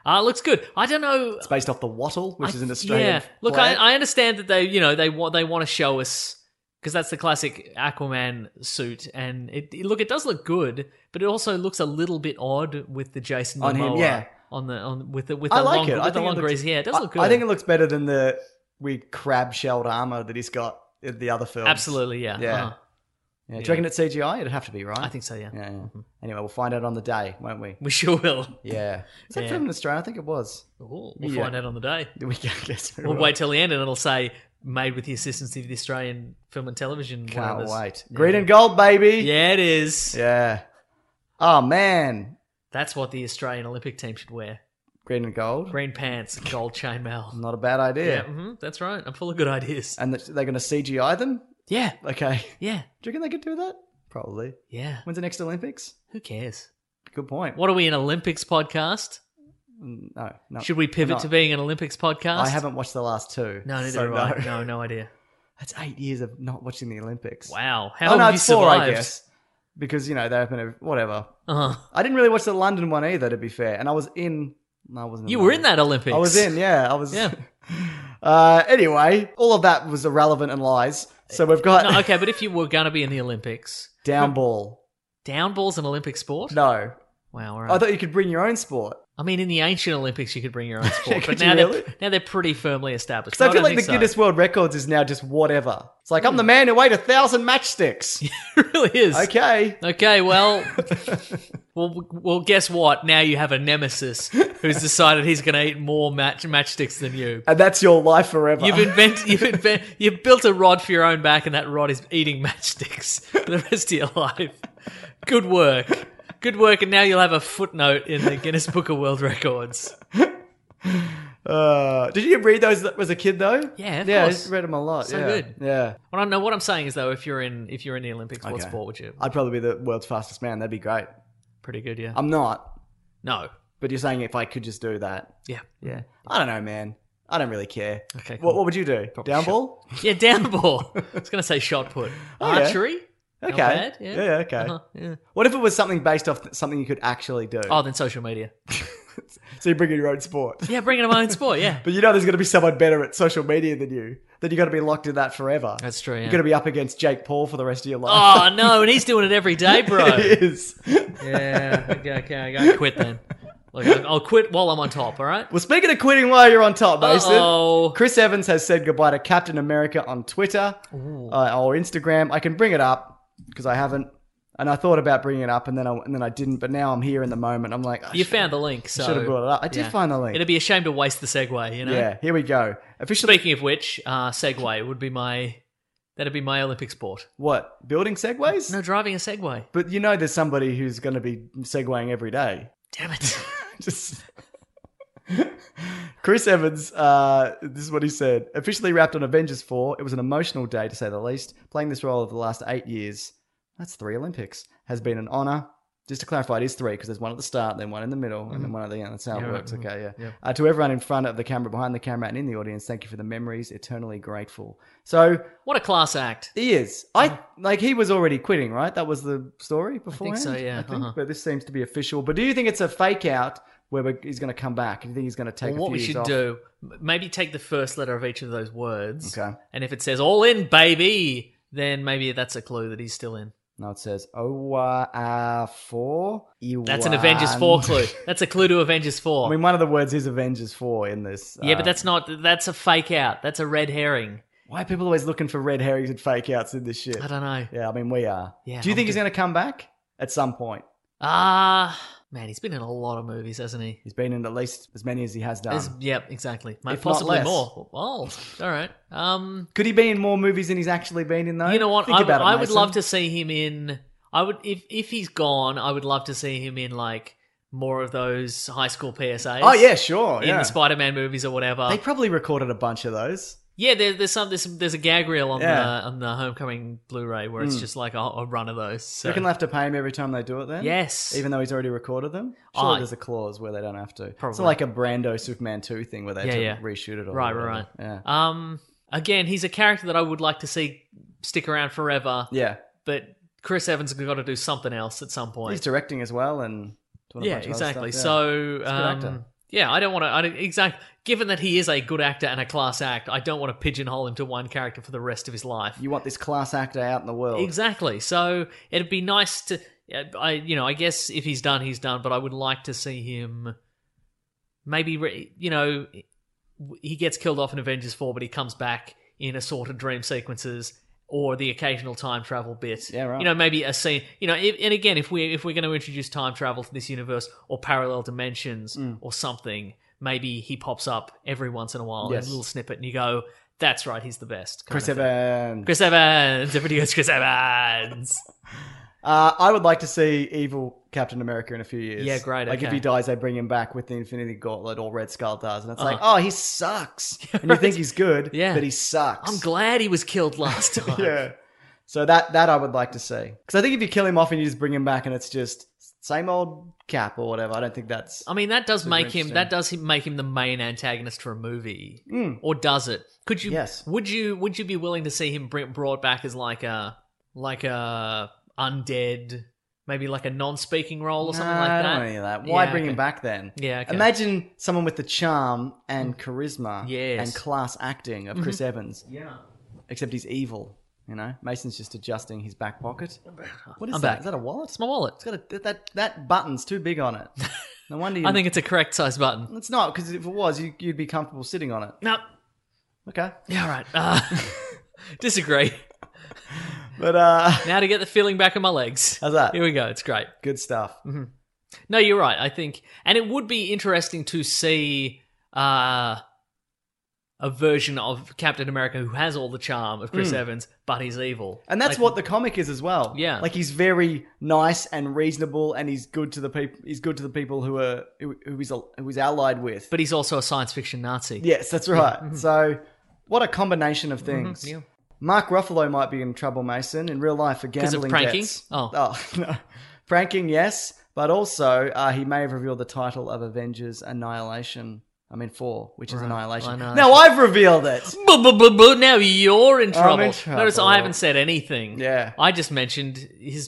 Ah, looks good. I don't know. It's based off the wattle, which I- is an Australian. Yeah, look, I, flag. I understand that they, you know, they want they want to show us because that's the classic Aquaman suit, and it, it- look, it does look good, but it also looks a little bit odd with the Jason On him, Momoa yeah. on the on with the with I the like long it. I with the think it long looks- greasy hair. It does I- look good. I think it looks better than the weird crab shelled armor that he's got in the other films. absolutely, yeah, Yeah. uh-huh. Yeah, do you reckon it's CGI? It'd have to be, right? I think so. Yeah, Yeah. yeah. Anyway, we'll find out on the day, won't we? we sure will. Yeah. Is that Yeah. filmed in Australia? I think it was. Ooh, we'll Yeah. find out on the day. We can guess. We'll wait till the end, and it'll say made with the assistance of the Australian Film and Television. Can't whatever's- wait. Green and gold, baby. Yeah, it is. Yeah. Oh man, That's what the Australian Olympic team should wear: green and gold. green pants, and gold chainmail. Not a bad idea. Yeah, hmm that's right. I'm full of good ideas. And that- they're going to CGI them. yeah, Okay. yeah, Do you reckon they could do that? Probably. yeah. When's the next Olympics? Who cares? Good point. What are we an Olympics podcast? No. no. Should we pivot not. to being an Olympics podcast? I haven't watched the last two. No, neither so have I. No, no idea. That's eight years of not watching the Olympics. Wow, Oh, how no, have you it's four, survived? I guess. because you know they open every, whatever. Uh-huh. I didn't really watch the London one either, to be fair. And I was in. No, I wasn't. You London. were in that Olympics. I was in. Yeah, I was. Yeah. Uh, anyway, all of that was irrelevant and lies. So we've got No, okay, but if you were gonna be in the Olympics, down ball. downball's an Olympic sport. No, Oh, Wow. All right. I thought you could bring your own sport. I mean, in the ancient Olympics, you could bring your own sport, but Could now you they're really? now they're pretty firmly established. So No, I feel don't like the think Guinness World Records is now just whatever. It's like I'm the man who weighed a thousand matchsticks. it really is. Okay. okay. well, well, well. Guess what? Now you have a nemesis who's decided he's going to eat more match matchsticks than you. And that's your life forever. You've invent, you've invent, you've built a rod for your own back, and that rod is eating matchsticks for the rest of your life. Good work, good work, and now you'll have a footnote in the Guinness Book of World Records. Uh, did you read those as a kid though? Yeah, of yeah, course. I read them a lot. So yeah. good. Yeah, Well, I know what I'm saying is though, if you're in, if you're in the Olympics, what Okay. sport would you? I'd probably be the world's fastest man. That'd be great. Pretty good, yeah. I'm not, no, but you're saying if I could just do that, yeah, yeah. I don't know, man. I don't really care. Okay, What, cool. what would you do? Probably Down shot. ball? yeah. Down ball. I was going to say shot put. Oh, yeah. Archery. Okay. Not bad. Yeah. Yeah. okay. Uh-huh, yeah. What if it was something based off th- something you could actually do? Oh, then social media. So you bring in your own sport. Yeah, bringing my own sport. Yeah, But you know there's going to be someone better at social media than you. Then you got to be locked in that forever. that's true. You're Yeah. going to be up against Jake Paul for the rest of your life. Oh no, and he's doing it every day, bro. it is. Yeah, okay, okay, I gotta quit then. Look, I- I'll quit while I'm on top, all right? Well, speaking of quitting while you're on top, Mason, Uh-oh. Chris Evans has said goodbye to Captain America on Twitter uh, or Instagram. I can bring it up because I haven't, and I thought about bringing it up, and then I and then I didn't. But now I'm here in the moment. I'm like, I You should- found the link, so. should have brought it up. I did find the link. It'd be a shame to waste the segue, you know? yeah, here we go. Officially, Speaking of which, uh, segue would be my. That'd be my Olympic sport. what building segways? No, driving a Segway. But you know, there's somebody who's going to be segueing every day. Damn it. Just. Chris Evans, uh, this is what he said. Officially wrapped on Avengers 4, it was an emotional day to say the least. Playing this role over the last eight years, that's three Olympics, has been an honor. Just to clarify, it is three because there's one at the start, then one in the middle, and then one at the end. That's how Mm-hmm. Yeah, it right. works. Okay, yeah. Yeah. Uh, to everyone in front of the camera, behind the camera, and in the audience, thank you for the memories. Eternally grateful. So What a class act. he is. Uh-huh. I like he was already quitting, right? That was the story before. so, yeah, uh-huh. But this seems to be official. But do you think it's a fake out where we're, he's going to come back? Do you think he's going to take? a what few we years should off? do, m- maybe take the first letter of each of those words. Okay. And if it says all in, baby, then maybe that's a clue that he's still in. No, it says Owa uh, four. That's an Avengers 4 clue. That's a clue to Avengers 4. I mean, one of the words is Avengers four in this. Yeah, uh, but that's not. That's a fake out. That's a red herring. why are people always looking for red herrings and fake outs in this shit. I don't know. Yeah, I mean we are. Yeah, do you I'm think he's good. going to come back at some point? Ah, man, he's been in a lot of movies, hasn't he? He's been in at least as many as he has done. There's- yep, exactly. Might Um, If not possibly less. more. Oh, all right. Um, Could he be in more movies than he's actually been in though? you know what? Think I, would- about it, I would Mason. love to see him in. I would if if he's gone, I would love to see him in like more of those high school PSAs. Oh yeah, sure. in yeah. the Spider-Man movies or whatever. They probably recorded a bunch of those. yeah, there, there's some there's, there's a gag reel on Yeah. the on the Homecoming Blu-ray where it's just like a, a run of those. Do So. You reckon they have to pay him every time they do it then? yes, Even though he's already recorded them? Sure, Oh, there's a clause where they don't have to. It's probably. like a Brando Superman 2 thing where they have Yeah, to yeah. reshoot it all. Right, right, right. Yeah. Um, again, he's a character that I would like to see stick around forever, yeah. but Chris Evans has got to do something else at some point. He's directing as well and doing a yeah, bunch of other exactly. stuff, yeah. So, a good actor. um, yeah, I don't want to. I don't, exact. Given that he is a good actor and a class act, I don't want to pigeonhole him to one character for the rest of his life. You want this class actor out in the world. Exactly. So it'd be nice to, I you know, I guess if he's done, he's done. But I would like to see him, maybe re, you know, he gets killed off in Avengers four, but he comes back in assorted dream sequences or the occasional time travel bit. Yeah, right. You know, maybe a scene. You know, if, and again, if we if we're going to introduce time travel to this universe or parallel dimensions Mm. or something, maybe he pops up every once in a while in Yes. a little snippet, and you go. That's right, he's the best. kind Chris of thing. Evans. Chris Evans. Everybody goes Chris Evans. Uh, I would like to see evil Captain America in a few years. Yeah, great, Like if okay. he dies, they bring him back with the Infinity Gauntlet or Red Skull does, and it's like, Uh-huh. oh, he sucks. and you think he's good, Yeah. but he sucks. I'm glad he was killed last time. yeah. So that that I would like to see because I think if you kill him off and you just bring him back and it's just same old cap or whatever, I don't think that's. I mean, that does Super make him. interesting. That Hmm. does him- make him the main antagonist for a movie, or does it? Could you? Yes. Would you? Would you be willing to see him br- brought back as like a like a undead Maybe like a non-speaking role or something Nah, like I that. don't want any of that. Why Yeah, bring okay. him back then? Yeah, okay. Mm. Imagine someone with the charm and charisma Yes. Mm-hmm. and class acting of Chris Evans, Yeah. except he's evil. You know, Mason's just adjusting his back pocket. What is I'm that? back. Is that a wallet? It's my wallet. It's got a, that, that that button's too big on it. No wonder. You, I think it's a correct size button. it's not because if it was, you, you'd be comfortable sitting on it. No. Okay, Yeah, all right. Uh, disagree. but uh, Now to get the feeling back in my legs. how's that? Here we go. It's great. Good stuff. Mm-hmm. No, you're right. I think, and it would be interesting to see uh, a version of Captain America who has all the charm of Chris Evans, but he's evil. Hmm. And that's Like, what the comic is as well. Yeah. like he's very nice and reasonable, and he's good to the people. He's good to the people who are who, who he's al- who he's allied with. But he's also a science fiction Nazi. yes, that's right. So, what a combination of things. Mm-hmm. yeah. Mark Ruffalo might be in trouble, Mason, in real life for 'Cause of gambling pranking? debts. Oh. no. pranking, yes, but also uh, he may have revealed the title of Avengers Annihilation. I mean, four, which is Annihilation. Annihilation. Now I've revealed it. Boo, boo, boo, boo, now you're in trouble. trouble. Notice I haven't said anything. Yeah. I just mentioned his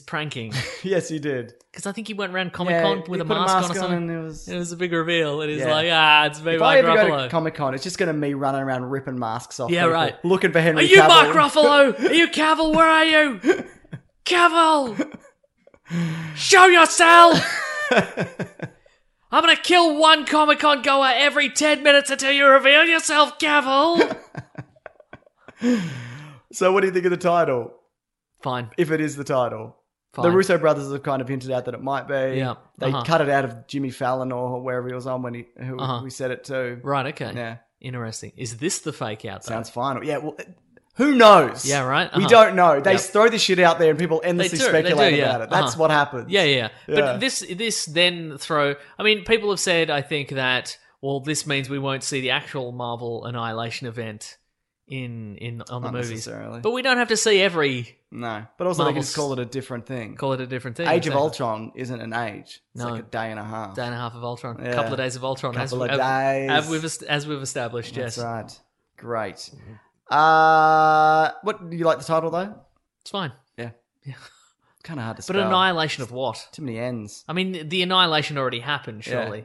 pranking. yes, you did. Because I think he went around Comic Con Yeah, he with a put mask, on or something. and it was. It was a big reveal, and he's Yeah. like, ah, it's me, If I Mark ever go to Ruffalo. Comic Con, it's just going to be running around ripping masks off. Yeah, people, right. Looking for Are Henry. you Cavill. Mark Ruffalo? Are you Cavill? Where are you? Cavill! Show yourself! I'm gonna kill one Comic Con goer every 10 minutes until you reveal yourself, Cavill! So, what do you think of the title? Fine. If it is the title, the Fine. Russo brothers have kind of hinted out that it might be. Yeah, They uh-huh. cut it out of Jimmy Fallon or wherever he was on when he who Uh-huh. we said it to. Right, okay. Yeah, Interesting. Is this the fake out, though? sounds final. Yeah. Well, who knows? Yeah, right, We uh-huh. don't know. They Yep. throw this shit out there and people endlessly do, they speculate do, yeah, about it. That's uh-huh. what happens. Yeah, yeah. Yeah. But this this then throw. I mean, people have said I think that well, this means we won't see the actual Marvel Annihilation event in in on the Not movies. necessarily. But we don't have to see every no. But also they can just Marvel's- call it a different thing. call it a different thing. Age of Ultron, Ultron isn't an age. It's No. like a day and a half. day and a half of Ultron, Yeah. a couple of days of Ultron, Couple as, of we- as- days. as we've est- as we've established. That's yes, right. Great. Mm-hmm. Uh, what do you like the title though? it's fine. Yeah. Yeah. kind of hard to But spell. annihilation of what? Too many N's. I mean, the annihilation already happened. Surely,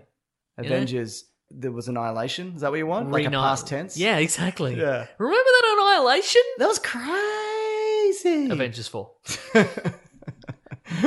know? Avengers. There was annihilation. Is that what you want? Like a Reanni- past tense. Yeah, exactly. Yeah. Remember that annihilation? That was crazy. Avengers Four.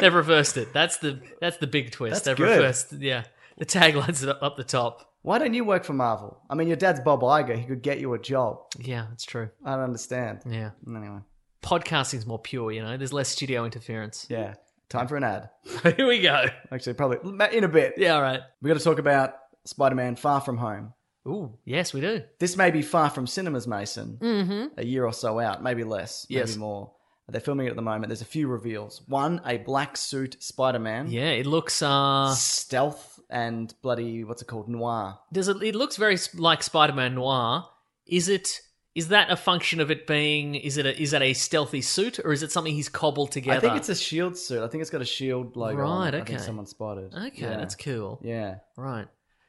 They've reversed it. That's the that's the big That's twist. They've good. reversed. Yeah, the taglines up, up the top. Why don't you work for Marvel? I mean, your dad's Bob Iger. He could get you a job. Yeah, that's true. I don't understand. Mm, Yeah, Anyway. podcasting's more pure. You know, there's less studio interference. Yeah. Time for an ad. Here we go. Actually, probably in a bit. Yeah, all right. We got to talk about Spider-Man: Far From Home. Ooh, yes, we do. This may be far from cinemas, Mason. Mm-hmm. A year or so out, maybe less, Yes. maybe more. They're filming it at the moment. There's a few reveals. One, a black suit Spider-Man, Yeah, it looks. uh stealth and bloody what's it called, noir. Does it? It looks very sp- like Spider-Man Noir. Is it? Is that a function of it being? Is it? A, is that a stealthy suit, or is it something he's cobbled together? I think it's a shield suit. I think it's got a shield logo. on Right, it. I think okay. someone spotted. okay. Yeah. That's cool. Yeah, Right.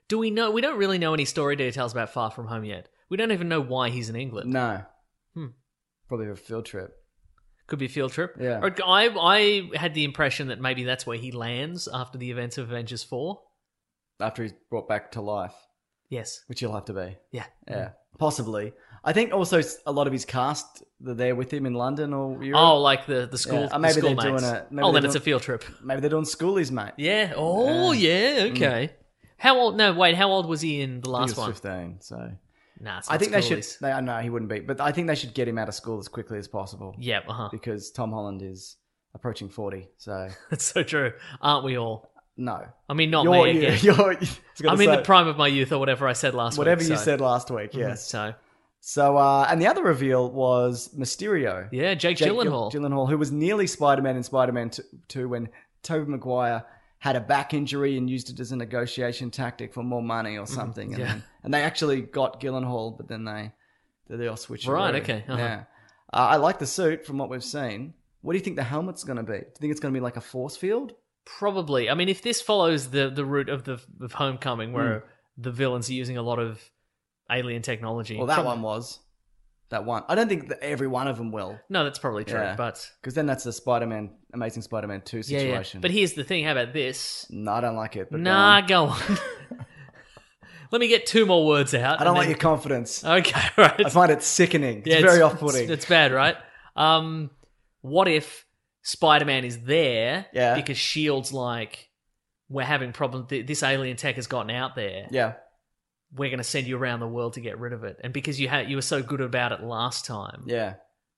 Do we know? We don't really know any story details about Far From Home yet. We don't even know why he's in England. no, Hmm. probably a field trip. Could be a field trip. Yeah. Or I, I had the impression that maybe that's where he lands after the events of Avengers 4. After he's brought back to life, Yes. which he'll have to be. Yeah. Yeah, possibly. I think also s- a lot of his cast they're there with him in London or Europe. Oh, like the, the school. Yeah, or the maybe they're schoolmates. doing a- maybe oh, they're then it's a doing- field trip. maybe they're doing schoolies, mate. Yeah. Oh, Um, yeah. Okay. How old? No, wait. How old was he in the I think mm. last he was one? 15 so Nah, it's i not think they should schoolies. they, uh, no he wouldn't be but i think they should get him out of school as quickly as possible Yeah. Uh huh. because tom holland is approaching 40 so That's so true. Aren't we all? no I mean, not you're, me you again. you're, I was gonna I'm in say, the prime of my youth, or whatever I said last whatever week. you so- Mm, said last week yes So so uh and the other reveal was mysterio yeah, Jake, Jake Gil- Gyllenhaal. Gyllenhaal, who was nearly spider-man in spider-man 2, 2 when toby maguire had a back injury and used it as a negotiation tactic for more money or something and, Mm-hmm. yeah. then, and they actually got Gyllenhaal, but then they they all switched Right, okay, uh-huh. yeah uh, i like the suit from what we've seen what do you think the helmet's going to be do you think it's going to be like a force field Probably. I mean, if this follows the the route of the of Homecoming, where the villains are using a lot of alien technology, Hmm. well that prob- one was That one. I don't think that every one of them will. No, that's probably true, Yeah. but Because then that's the Spider Man, Amazing Spider Man 2 yeah, yeah. situation. But here's the thing. How about this? no, I don't like it. But go nah, on. go on. um, Let me get two more words out. I don't like your confidence. your. Okay, right. I find it sickening. It's Yeah, very off putting. It's, it's bad, right? Um, what if Spider Man is there? Yeah. Because Shield's like, we're having problems. Th- This alien tech has gotten out there. Yeah. We're going to send you around the world to get rid of it. And because you had you were so good about it last time, Yeah.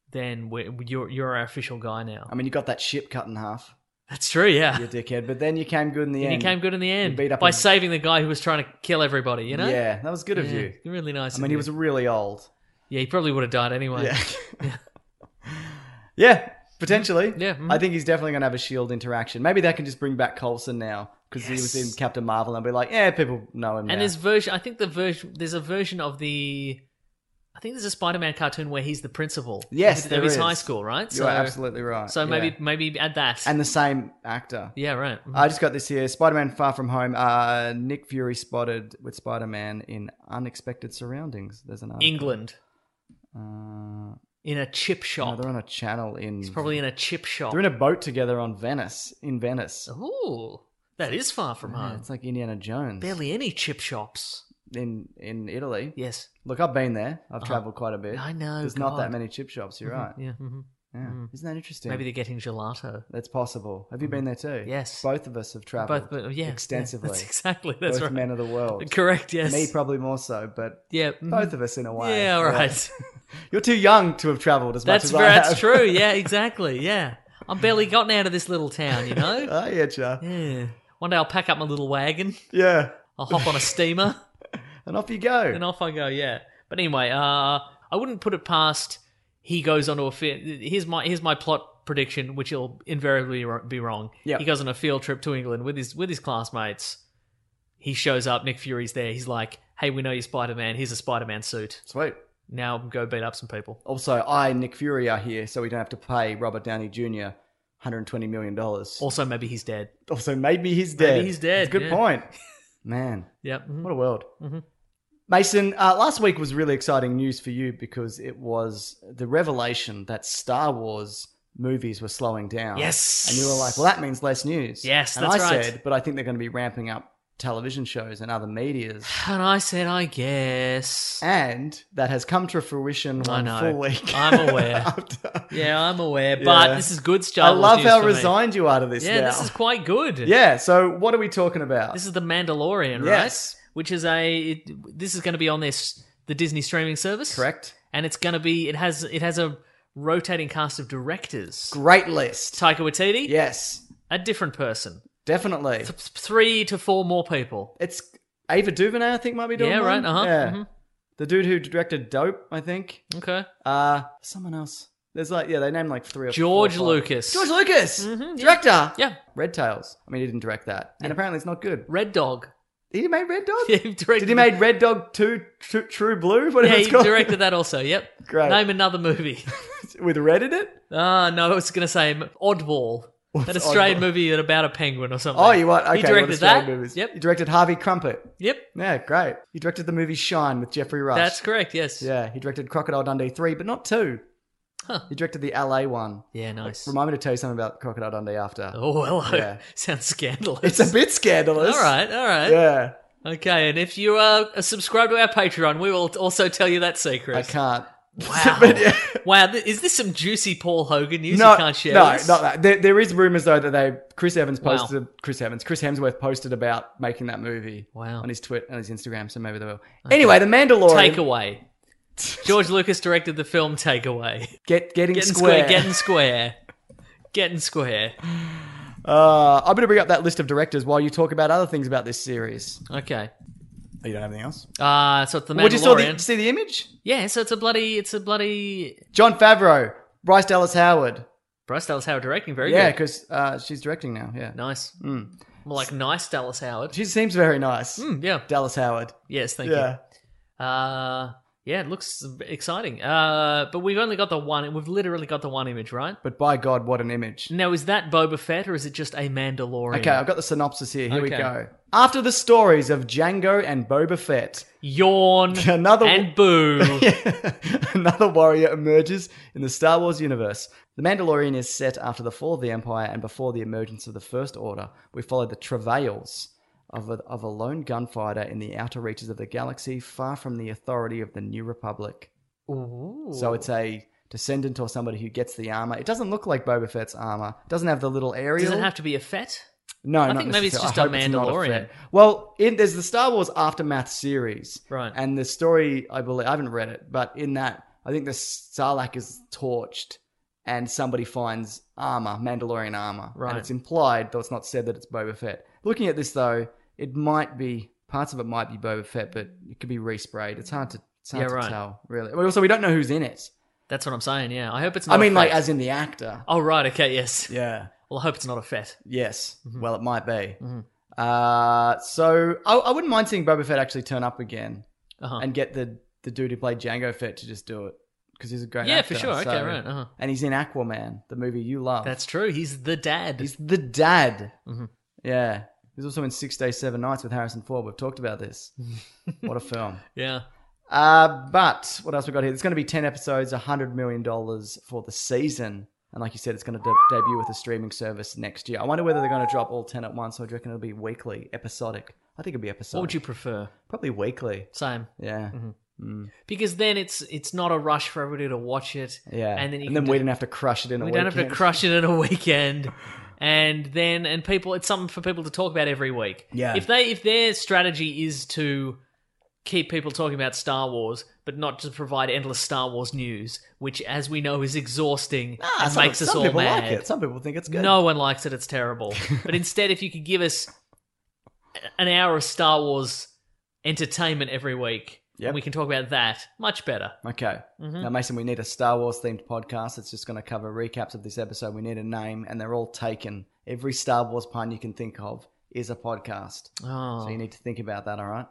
then we're, you're you're our official guy now. I mean, you got that ship cut in half, That's true. Yeah. you dickhead. But then you came good in the And end. you came good in the end beat up by a- saving the guy who was trying to kill everybody. You know. Yeah, that was good of you. Yeah, Really I nice. of mean, he you. was really old. Yeah, he probably would have died anyway. Yeah. yeah, potentially. Yeah, mhm. I think he's definitely going to have a shield interaction. Maybe that can just bring back Colson now because he was Yes. in Captain Marvel and be like, yeah, people know him now. And there's version. I think the version. There's a version of the. I think there's a Spider-Man cartoon where he's the principal. Yes, of, there of his is. high school, right? You're absolutely right. So maybe yeah. maybe add that. and the same actor. yeah, right. I just got this here. Spider-Man: Far From Home. Uh, Nick Fury spotted with Spider-Man in unexpected surroundings. There's an article. England Uh, in a chip no, shop. they're on a channel in. He's probably in a chip shop. They're in a boat together on Venice. In Venice. Oh, Ooh, that is far from Yeah, home. it's like Indiana Jones. Barely any chip shops. in in Italy. Yes. Look, I've been there. I've travelled quite a bit. Uh-huh. I know, There's not that God. many chip shops. You're right. Yeah. mhm. Yeah. Isn't that interesting? Maybe they're getting gelato. that's possible. Have you been there too? Yes. Both of us have travelled. Both, but yeah, yeah, extensively. that's exactly. That's Both right. men of the world. Correct. Yes. Me probably more so, but Yeah. mhm. both of us in a way. Yeah. All right. You're too young to have travelled as That's much as ver- I have. that's true. Yeah, exactly. Yeah, I'm barely gotten out of this little town. You know. I get ya. yeah. One day I'll pack up my little wagon. Yeah. I'll hop on a steamer And off you go. and off I go. Yeah. But anyway, uh, I wouldn't put it past. He goes onto a fi- here's my here's my plot prediction, which will invariably ro- be wrong. Yep. He goes on a field trip to England with his with his classmates. He shows up. Nick Fury's there. He's like, "Hey, we know you're Spider Man. Here's a Spider Man suit. Sweet. Now go beat up some people." Also, I, Nick Fury, are here, so we don't have to pay Robert Downey Jr. $120 million. Also, Also, maybe he's dead. maybe he's dead. he's dead, Good yeah. point. Man. Yep. mhm. What a world. Mason, uh, last week was really exciting news for you because it was the revelation that Star Wars movies were slowing down. Yes. And you were like, well, that means less news. Yes, and that's I right. said, but I think they're going to be ramping up television shows and other medias. And I said, I guess. And that has come to fruition I one know. full week. I'm aware. after. Yeah, I'm aware, but Yeah. this is good stuff. I love how resigned you are to this Yeah, now. this is quite good. yeah, so what are we talking about? this is the Mandalorian, Yes. right? Which is a it, this is going to be on this the Disney streaming service, correct. And it's going to be it has it has a rotating cast of directors. Great list. Taika Waititi, Yes, a different person, definitely. Th- three to four more people. It's Ava DuVernay, I think, might be doing Yeah, one. right, uh-huh, Yeah. mhm. The dude who directed Dope, I think. Okay, Uh someone else. There's like yeah, they named like three or George four or five. Lucas, Mm-hmm, George Lucas, director. yeah, Red Tails. I mean, he didn't direct that, and apparently it's not good. Red Dog. He made Red Dog. Yeah, he directed- Did he made Red Dog Two True, True Blue? Whatever Yeah, it's he called, directed that also. Yep. Great. Name another movie. with red in it. Ah, no, I was going to say Oddball. that Australian movie that about a penguin or something. Oh, you what? Okay, he directed what Australian that. Movies. Yep. He directed Harvey Crumpet. Yep. Yeah, great. He directed the movie Shine with Jeffrey Rush. That's correct. Yes. yeah. He directed Crocodile Dundee three, but not two. Huh. He directed the LA one. Yeah. Nice. Remind me to tell you something about Crocodile Dundee after. oh, hello. Yeah. Sounds It's scandalous. a bit scandalous. all right. All right. Yeah. Okay. And if you are subscribed to our Patreon, we will also tell you that secret. I can't. Wow. But yeah. Wow. Th- is this some juicy Paul Hogan news No, you can't share? no, with us? not that. There, there is rumors though that they Chris Evans Wow. posted Chris Evans Chris Hemsworth posted about making that movie. Wow. On his Twitter and his Instagram, so maybe they will. Anyway, the Mandalorian Takeaway. George Lucas directed the film Takeaway. get getting, Getting square. square. Getting square. Getting square. Uh, I'm going to bring up that list of directors while you talk about other things about this series. Okay. Oh, you don't have anything else? Uh, so it's the Mandalorian. Well, did you saw the, did you see the image? Yeah, so it's a bloody, it's a bloody John Favreau, Bryce Dallas Howard. Bryce Dallas Howard directing. Very Yeah, Hmm. good. because uh, she's directing now. Yeah, Nice. More like nice Dallas Howard. she seems very nice. Mm, yeah. Dallas Howard. Yes. Thank Yeah. you. Uh, Yeah, it looks exciting. Uh, but we've only got the one. We've literally got the one image, right? But by God, what an image. Now, is that Boba Fett or is it just a Mandalorian? Okay, I've got the synopsis here. Here we Okay. go. After the stories of Django and Boba Fett, Yawn. Another- and boo. Another warrior emerges in the Star Wars universe. The Mandalorian is set after the fall of the Empire and before the emergence of the First Order. We follow the travails of a, of a lone gunfighter in the outer reaches of the galaxy, far from the authority of the New Republic. So it's a descendant or somebody who gets the armor. It doesn't look like Boba Fett's armor. It doesn't have the little aerial. Does it have to be a Fett? No, I not think maybe it's necessarily. just I a hope it's not Mandalorian. threat. well, in, there's the Star Wars Aftermath series, Right. And the story, I believe, I haven't read it, but in that, I think the Sarlacc is torched, and somebody finds armor, Mandalorian armor, Right. And it's implied, though it's not said, that it's Boba Fett. Looking at this though, it might be parts of it might be Boba Fett, but it could be resprayed. It's hard to, it's hard Yeah, to right. tell, really. Well, Also, we don't know who's in it. That's what I'm saying. Yeah, I hope it's. I Not mean, a like Fett. as in the actor. Oh right. Okay. Yes. Yeah. Well, I hope it's not a Fett. Yes. Mm-hmm. Well, it might be. Uh, so I, I wouldn't mind seeing Boba Fett actually turn up again Uh-huh. and get the, the dude who played Django Fett to just do it because he's a great Yeah, actor, for sure. Okay, so- right, uh-huh. And he's in Aquaman, the movie you love. That's Mm-hmm. true. He's the dad. he's the dad. Yeah. He's also in Six Days, Seven Nights with Harrison Ford. We've talked about this. what a film. yeah. Uh, but what else we got here? It's going to be 10 episodes, $100 million for the season. And like you said, it's going to de- debut with a streaming service next year. I wonder whether they're going to drop all 10 at once or do you reckon it'll be weekly, episodic? I think it'll be episodic. What would you Mm-hmm. prefer? Probably weekly. Same. Yeah. Because then it's it's not a rush for everybody to watch it. Yeah. And then you and then can we do- didn't have to crush it in a we weekend. don't have to crush it in a weekend. And then and people it's something for people to talk about every week. Yeah. If they if their strategy is to keep people talking about Star Wars, but not to provide endless Star Wars news, which as we know is exhausting Ah, and some, makes us some all people mad. like it. Some people think it's good. No one likes it. It's terrible. but instead, if you could give us an hour of Star Wars entertainment every week, Yep. and we can talk about that, much better. Okay. Mm-hmm. Now, Mason, we need a Star Wars themed podcast. It's just going to cover recaps of this episode. We need a name, and they're all taken. Every Star Wars pun you can think of is a podcast. Oh, So you need to think about that, all right?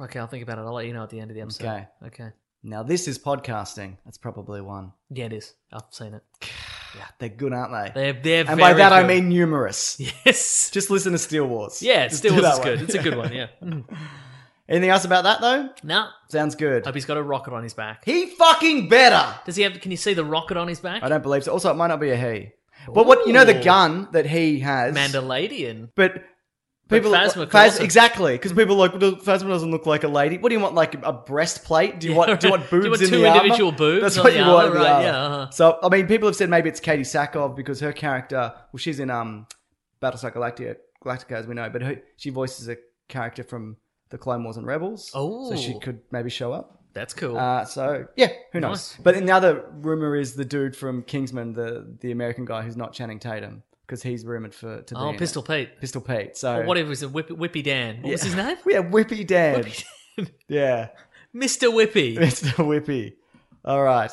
okay. I'll think about it. I'll let you know at the end of the episode. Okay. Okay. Now, this is podcasting. That's probably one. Yeah, it is. I've seen it. They're good, aren't they? They're they're and by very that, I good. mean numerous. yes. Just listen to Steel Wars. Yeah, Just do still is that good. one. It's a good one. Yeah. Mm. Anything else about that, though? no, Sounds good. hope he's got a rocket on his back. He fucking better. Does he have? Can you see the rocket on his back? I don't believe so. Also, it might not be a he. But what, you know, the Ooh. gun that he has. Mandaladian. But But people Phasma like, can Phas- also- exactly because people are like "Well, Phasma doesn't look like a lady. What do you want? Like a breastplate? Do you want do you want Do you boobs want in two the individual armor? boobs That's on what the you armor, want. in the right, armor. yeah, uh-huh. So I mean, people have said maybe it's Katie Sackhoff because her character. Well, she's in um Battlestar Galactica, Galactica as we know, but her, she voices a character from the Clone Wars and Rebels. so she Oh. could maybe show up. That's cool. Uh, so yeah, who knows? Nice. But then the other rumor is the dude from Kingsman, the the American guy who's not Channing Tatum because he's rumored for to be oh, in it. Pistol Pete. Pistol Pete. So Or whatever it was a Whip, Whippy Dan. What was his name? yeah, Whippy Dan. yeah, Mr. Whippy. Mr. Whippy. All right.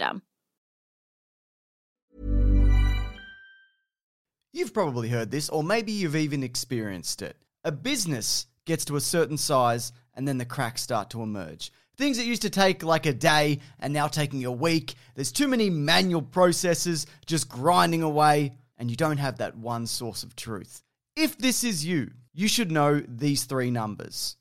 You've probably heard this, or maybe you've even experienced it. A business gets to a certain size, and then the cracks start to emerge. Things that used to take like a day and now taking a week. There's too many manual processes just grinding away, and you don't have that one source of truth. If this is you, you should know these three numbers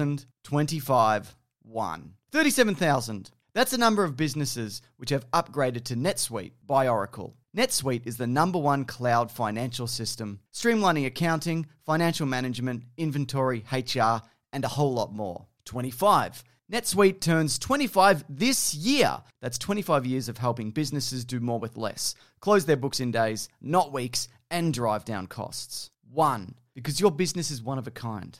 37,025 1. 37,000. That's the number of businesses which have upgraded to NetSuite by Oracle. NetSuite is the number one cloud financial system, streamlining accounting, financial management, inventory, HR, and a whole lot more. 25. NetSuite turns 25 this year. That's 25 years of helping businesses do more with less, close their books in days, not weeks, and drive down costs. One, because your business is one of a kind.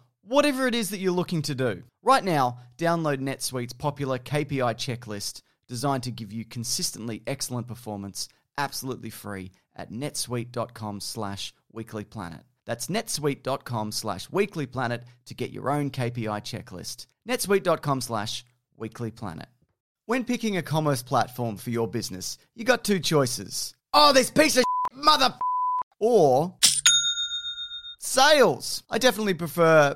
whatever it is that you're looking to do. Right now, download NetSuite's popular KPI checklist designed to give you consistently excellent performance absolutely free at netsuite.com slash weeklyplanet. That's netsuite.com slash weeklyplanet to get your own KPI checklist. netsuite.com slash weeklyplanet. When picking a commerce platform for your business, you got two choices. Oh, this piece of mother f- or sales. I definitely prefer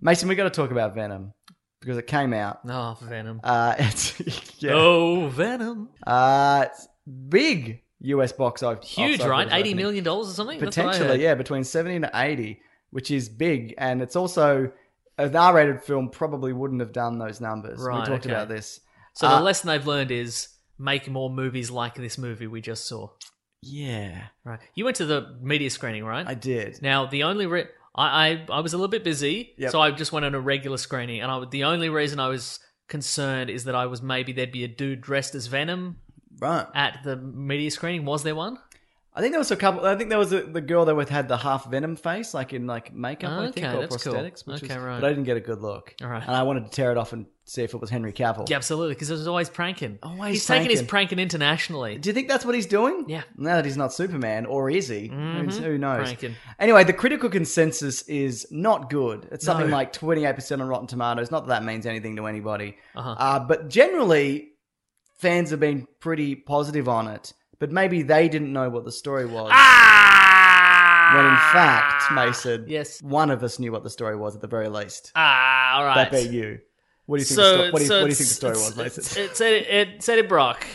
Mason, we got to talk about Venom because it came out. Oh, Venom. Uh, it's yeah. Oh, Venom. Uh, it's big US box off. Huge, office right? opening. Eighty million dollars or something. That's what I Potentially, heard. yeah, between 70 and 80, which is big. And it's also an R rated film probably wouldn't have done those numbers. we Right, talked okay. about this. So Uh, the lesson they've learned is make more movies like this movie we just saw. Yeah, Right. You went to the media screening, right? I did. Now the only re- I, I I was a little bit busy, Yep. so I just went on a regular screening, and I would- the only reason I was concerned is that I was maybe there'd be a dude dressed as Venom Right. at the media screening. Was there one? I think there was a couple. I think there was a, the girl that with had the half venom face, like in like makeup, I think, Okay, or that's cool. prosthetics. Which Okay, was, right. But I didn't get a good look. All right. And I wanted to tear it off and see if it was Henry Cavill. Yeah, absolutely, because it was always pranking. Always he's taking his pranking internationally. Do you think that's what he's doing? Yeah. Mm-hmm. Now that he's not Superman, or is he? Who's- Who knows? Pranking. Anyway, the critical consensus is not good. It's something No. like 28% on Rotten Tomatoes. Not that that means anything to anybody. Uh-huh. Uh, but generally, fans have been pretty positive on it. But maybe they didn't know what the story was. When in fact, Mason, Ah! Yes. one of us knew what the story was at the very least. Ah, all That right. be you. What do you think, the, So, sto- what do you, so what do you think the story it's- was, Mason? It's, it's, Eddie- it's Eddie Brock.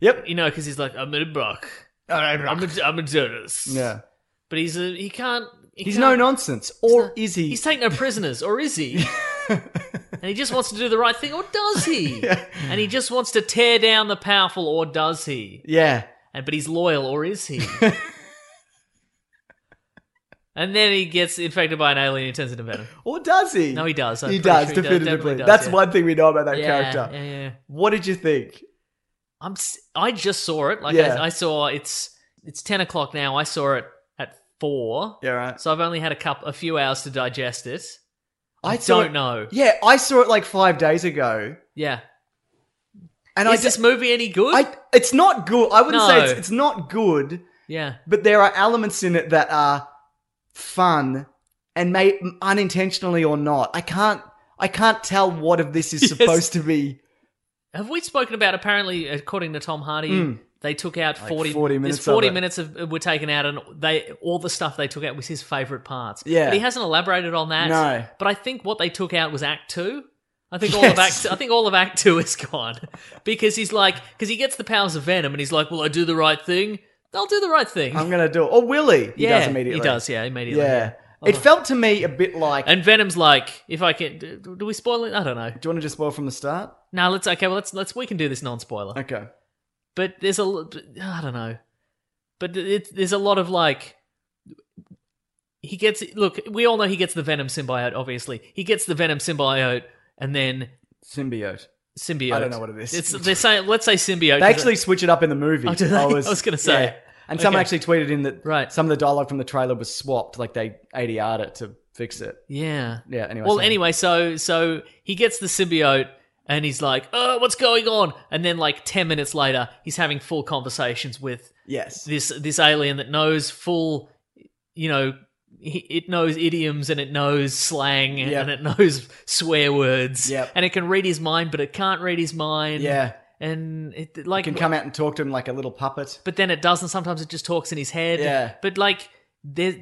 yep. You know, because he's like, I'm Eddie Brock. Oh, I'm a, I'm a journalist. Yeah. But he's a he can't. He He's no can't- nonsense. Or is he? He's taking no prisoners, or is he? and he just wants to do the right thing, or does he? And he just wants to tear down the powerful, or does he? yeah. And but he's loyal, or is he? and then he gets infected by an alien and turns into venom. Or does he? No, he does. I'm He pretty does, sure he does. definitively. Definitely does, That's yeah. one thing we know about that yeah, character. Yeah, yeah. What did you think? I'm. s- I just saw it. Like Yeah. I, I saw it's it's ten o'clock now. I saw it at four. Yeah, right. So I've only had a cup, a few hours to digest it. I, saw don't it- know. Yeah, I saw it like five days ago, Yeah. and Is I this just movie any good? I it's not good. I wouldn't say it's, No. it's not good, yeah. but there are elements in it that are fun and may unintentionally or not. I can't I can't tell what of this is supposed to be. Have we spoken about? Apparently, according to Tom Hardy, they took out Hmm. Like forty. 40 there's minutes of forty it. minutes of, were taken out, and they all the stuff they took out was his favorite parts. Yeah. but he hasn't elaborated on that. No. but I think what they took out was Act Two. I think all of Yes. Act. I think all of Act Two is gone because he's like because he gets the powers of Venom, and he's like, "Will I do the right thing? I'll do the right thing." I'm gonna do it. Or will he? He yeah, does immediately. He does. Yeah, immediately. Oh. Yeah. It felt to me a bit like. And Venom's like, if I can, do do we spoil it? I don't know. do you want to just spoil from the start? No, let's okay. Well, let's let's we can do this non-spoiler. Okay. but there's a l- I don't know, but it, there's a lot of like he gets look we all know he gets the venom symbiote obviously he gets the venom symbiote and then Symbiote. symbiote I don't know what it is. it's they're saying let's say They symbiote 'cause actually switch it up in the movie. Oh, do they? I was gonna say. And someone Okay. actually tweeted in that Right. some of the dialogue from the trailer was swapped, like they ADR'd it to fix it. yeah Yeah, anyway. well sorry. anyway so so he gets the symbiote and he's like oh what's going on and then like 10 minutes later he's having full conversations with Yes. this this alien that knows full, you know, he, it knows idioms and it knows slang Yep. and it knows swear words. Yep. And it can read his mind, but it can't read his mind. Yeah. And it like, You can come out and talk to him like a little puppet. but then it doesn't. Sometimes it just talks in his head. Yeah. But like there,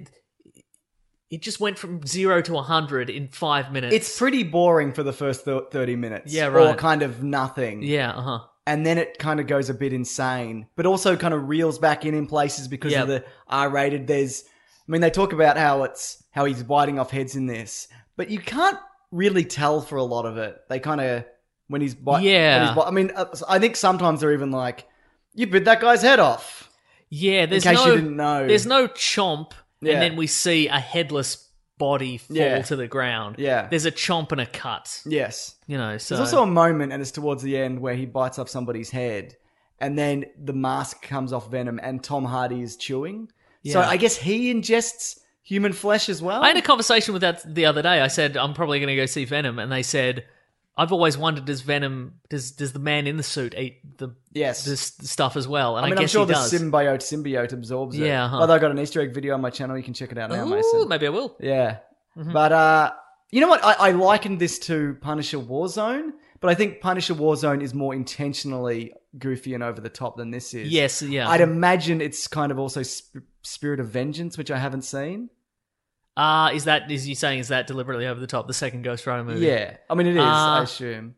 it just went from zero to a hundred in five minutes. It's pretty boring for the first thir- 30 minutes. Yeah, Or right. kind of nothing. yeah. Uh huh. And then it kind of goes a bit insane, but also kind of reels back in in places because of the Yep. R rated. There's, I mean, they talk about how it's, how he's biting off heads in this, but you can't really tell for a lot of it. They kind of, when he's biting. Yeah. I mean, uh, I think sometimes they're even like, you bit that guy's head off. Yeah. There's case no. you didn't know. There's no chomp, Yeah. and then we see a headless body fall Yeah. to the ground. Yeah. There's a chomp and a cut. Yes. You know, so There's also a moment, and it's towards the end, where he bites off somebody's head, and then the mask comes off Venom, and Tom Hardy is chewing. So Yeah. I guess he ingests human flesh as well. I had a conversation with that the other day. I said I'm probably going to go see Venom, and they said I've always wondered does Venom does does the man in the suit eat the Yes. this stuff as well? And I I, mean, I am guess sure he the does. symbiote symbiote absorbs it. Yeah, uh-huh. Although I got an Easter egg video on my channel, you can check it out now, Ooh, Mm-hmm. Mason. maybe I will. Yeah. But uh, you know what? I, I likened this to Punisher Warzone, but I think Punisher Warzone is more intentionally goofy and over the top than this is. Yes, yeah. I'd imagine it's kind of also sp- Spirit of Vengeance, which I haven't seen. Ah, is that is you saying is that deliberately over the top? The second Ghost Rider movie. Yeah, I mean it is. Uh, I assume.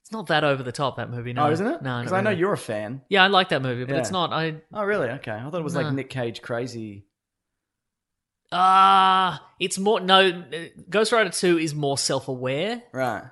it's not that over the top that movie. No, oh, isn't it? No, because not I know really. you're a fan. Yeah, I like that movie, but Yeah. it's not. I Oh, really? Okay, I thought it was No. like Nick Cage crazy. ah, it's more no. uh, Ghost Rider Two is more self aware Right.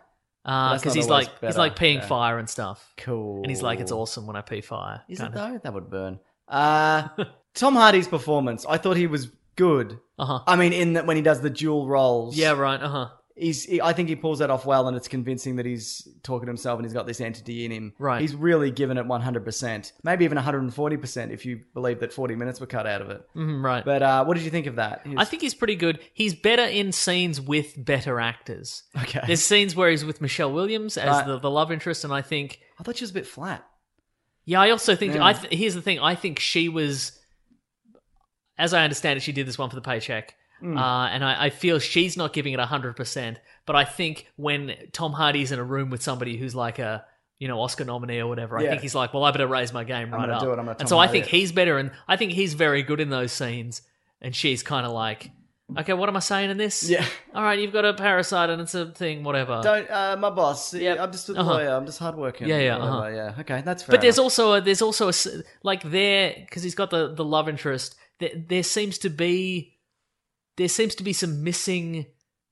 because That's not he's always like he's better, like peeing yeah. fire and stuff. Cool. And he's like, it's awesome when I pee fire. Is it kind of. though? That would burn. Uh Tom Hardy's performance. I thought he was good. Uh-huh. I mean, in that when he does the dual roles. Yeah, right. Uh huh. He's. He, I think he pulls that off well, and it's convincing that he's talking to himself and he's got this entity in him. Right. He's really given it one hundred percent, maybe even one hundred and forty percent if you believe that forty minutes were cut out of it. Mm, right. But uh, what did you think of that? I think he's pretty good. He's better in scenes with better actors. Okay. There's scenes where he's with Michelle Williams as Right. the, the love interest, and I think, I thought she was a bit flat. yeah, I also think, Yeah. I th- here's the thing, I think she was, as I understand it, she did this one for the paycheck. Hmm. Uh, and I, I feel she's not giving it 100%. But I think when Tom Hardy's in a room with somebody who's like a, you know, Oscar nominee or whatever, I Yeah. think he's like, well, I better raise my game right gonna up. do it, I'm gonna and Tom so I Hardy think it. he's better. And I think he's very good in those scenes. And she's kind of like, Okay, what am I saying in this? Yeah. All right, you've got a parasite and it's a thing, whatever. Don't uh, my boss. Yeah, I'm just a Uh-huh. lawyer. I'm just hardworking. Yeah, yeah, whatever, uh-huh. yeah. Okay, that's fair. But there's enough. also a, there's also a s- like there because he's got the the love interest. There, there seems to be there seems to be some missing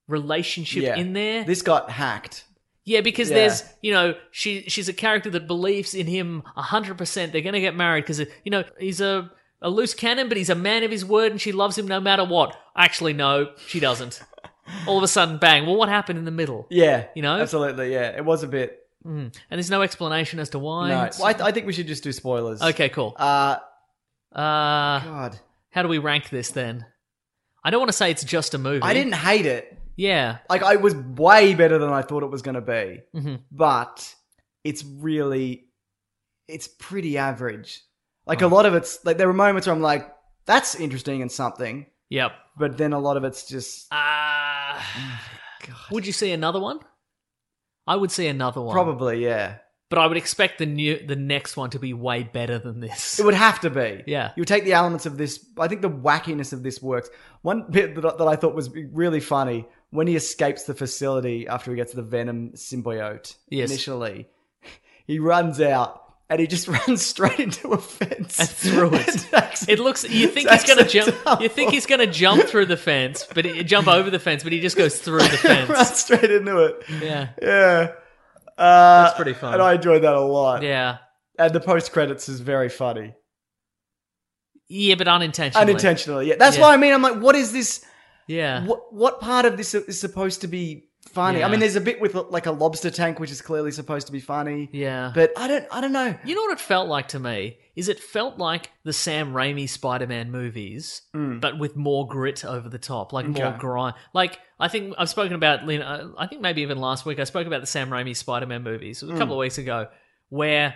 relationship Yeah. in there. this got hacked. yeah, because Yeah. there's you know she she's a character that believes in him hundred percent. They're gonna get married because you know he's a a loose cannon, but he's a man of his word, and she loves him no matter what. Actually, no, she doesn't. All of a sudden, bang! Well, what happened in the middle? Yeah, You know? absolutely. Yeah, it was a bit. Mm. And there's no explanation as to why. No, It's- Well, I, I think we should just do spoilers. okay, cool. Uh, Uh, God, How do we rank this then? I don't want to say it's just a movie. I didn't hate it. Yeah. Like, I was way better than I thought it was going to be. Mhm. But it's really, it's pretty average. Like Uh-huh. a lot of it's like there were moments where I'm like, that's interesting and something, Yep. but then a lot of it's just Uh, would you see another one? I would see another one. probably yeah. But I would expect the new the next one to be way better than this. It would have to be. Yeah. You take the elements of this. I think the wackiness of this works. One bit that, I- that I thought was really funny when he escapes the facility after he gets the Venom symbiote Yes. initially, he runs out and he just runs straight into a fence And through it. And takes- It looks you think he's takes gonna the jump towel. you think he's gonna jump through the fence, but he, jump over the fence, but he just goes through the fence. runs straight into it. Yeah. Yeah. Uh, That's pretty fun. And I enjoyed that a lot. Yeah. And the post credits is very funny. Yeah, but unintentionally. Unintentionally, yeah. That's Yeah. why I mean, I'm like, what is this? Yeah. What what part of this is supposed to be funny? Yeah. I mean, there's a bit with like a lobster tank, which is clearly supposed to be funny. Yeah. But I don't I don't know. You know what it felt like to me is it felt like the Sam Raimi Spider-Man movies, but with more grit over the top, like more Hmm. Okay. grind. Like I think I've spoken about, you know, I think maybe even last week I spoke about the Sam Raimi Spider-Man movies a Hmm. couple of weeks ago, where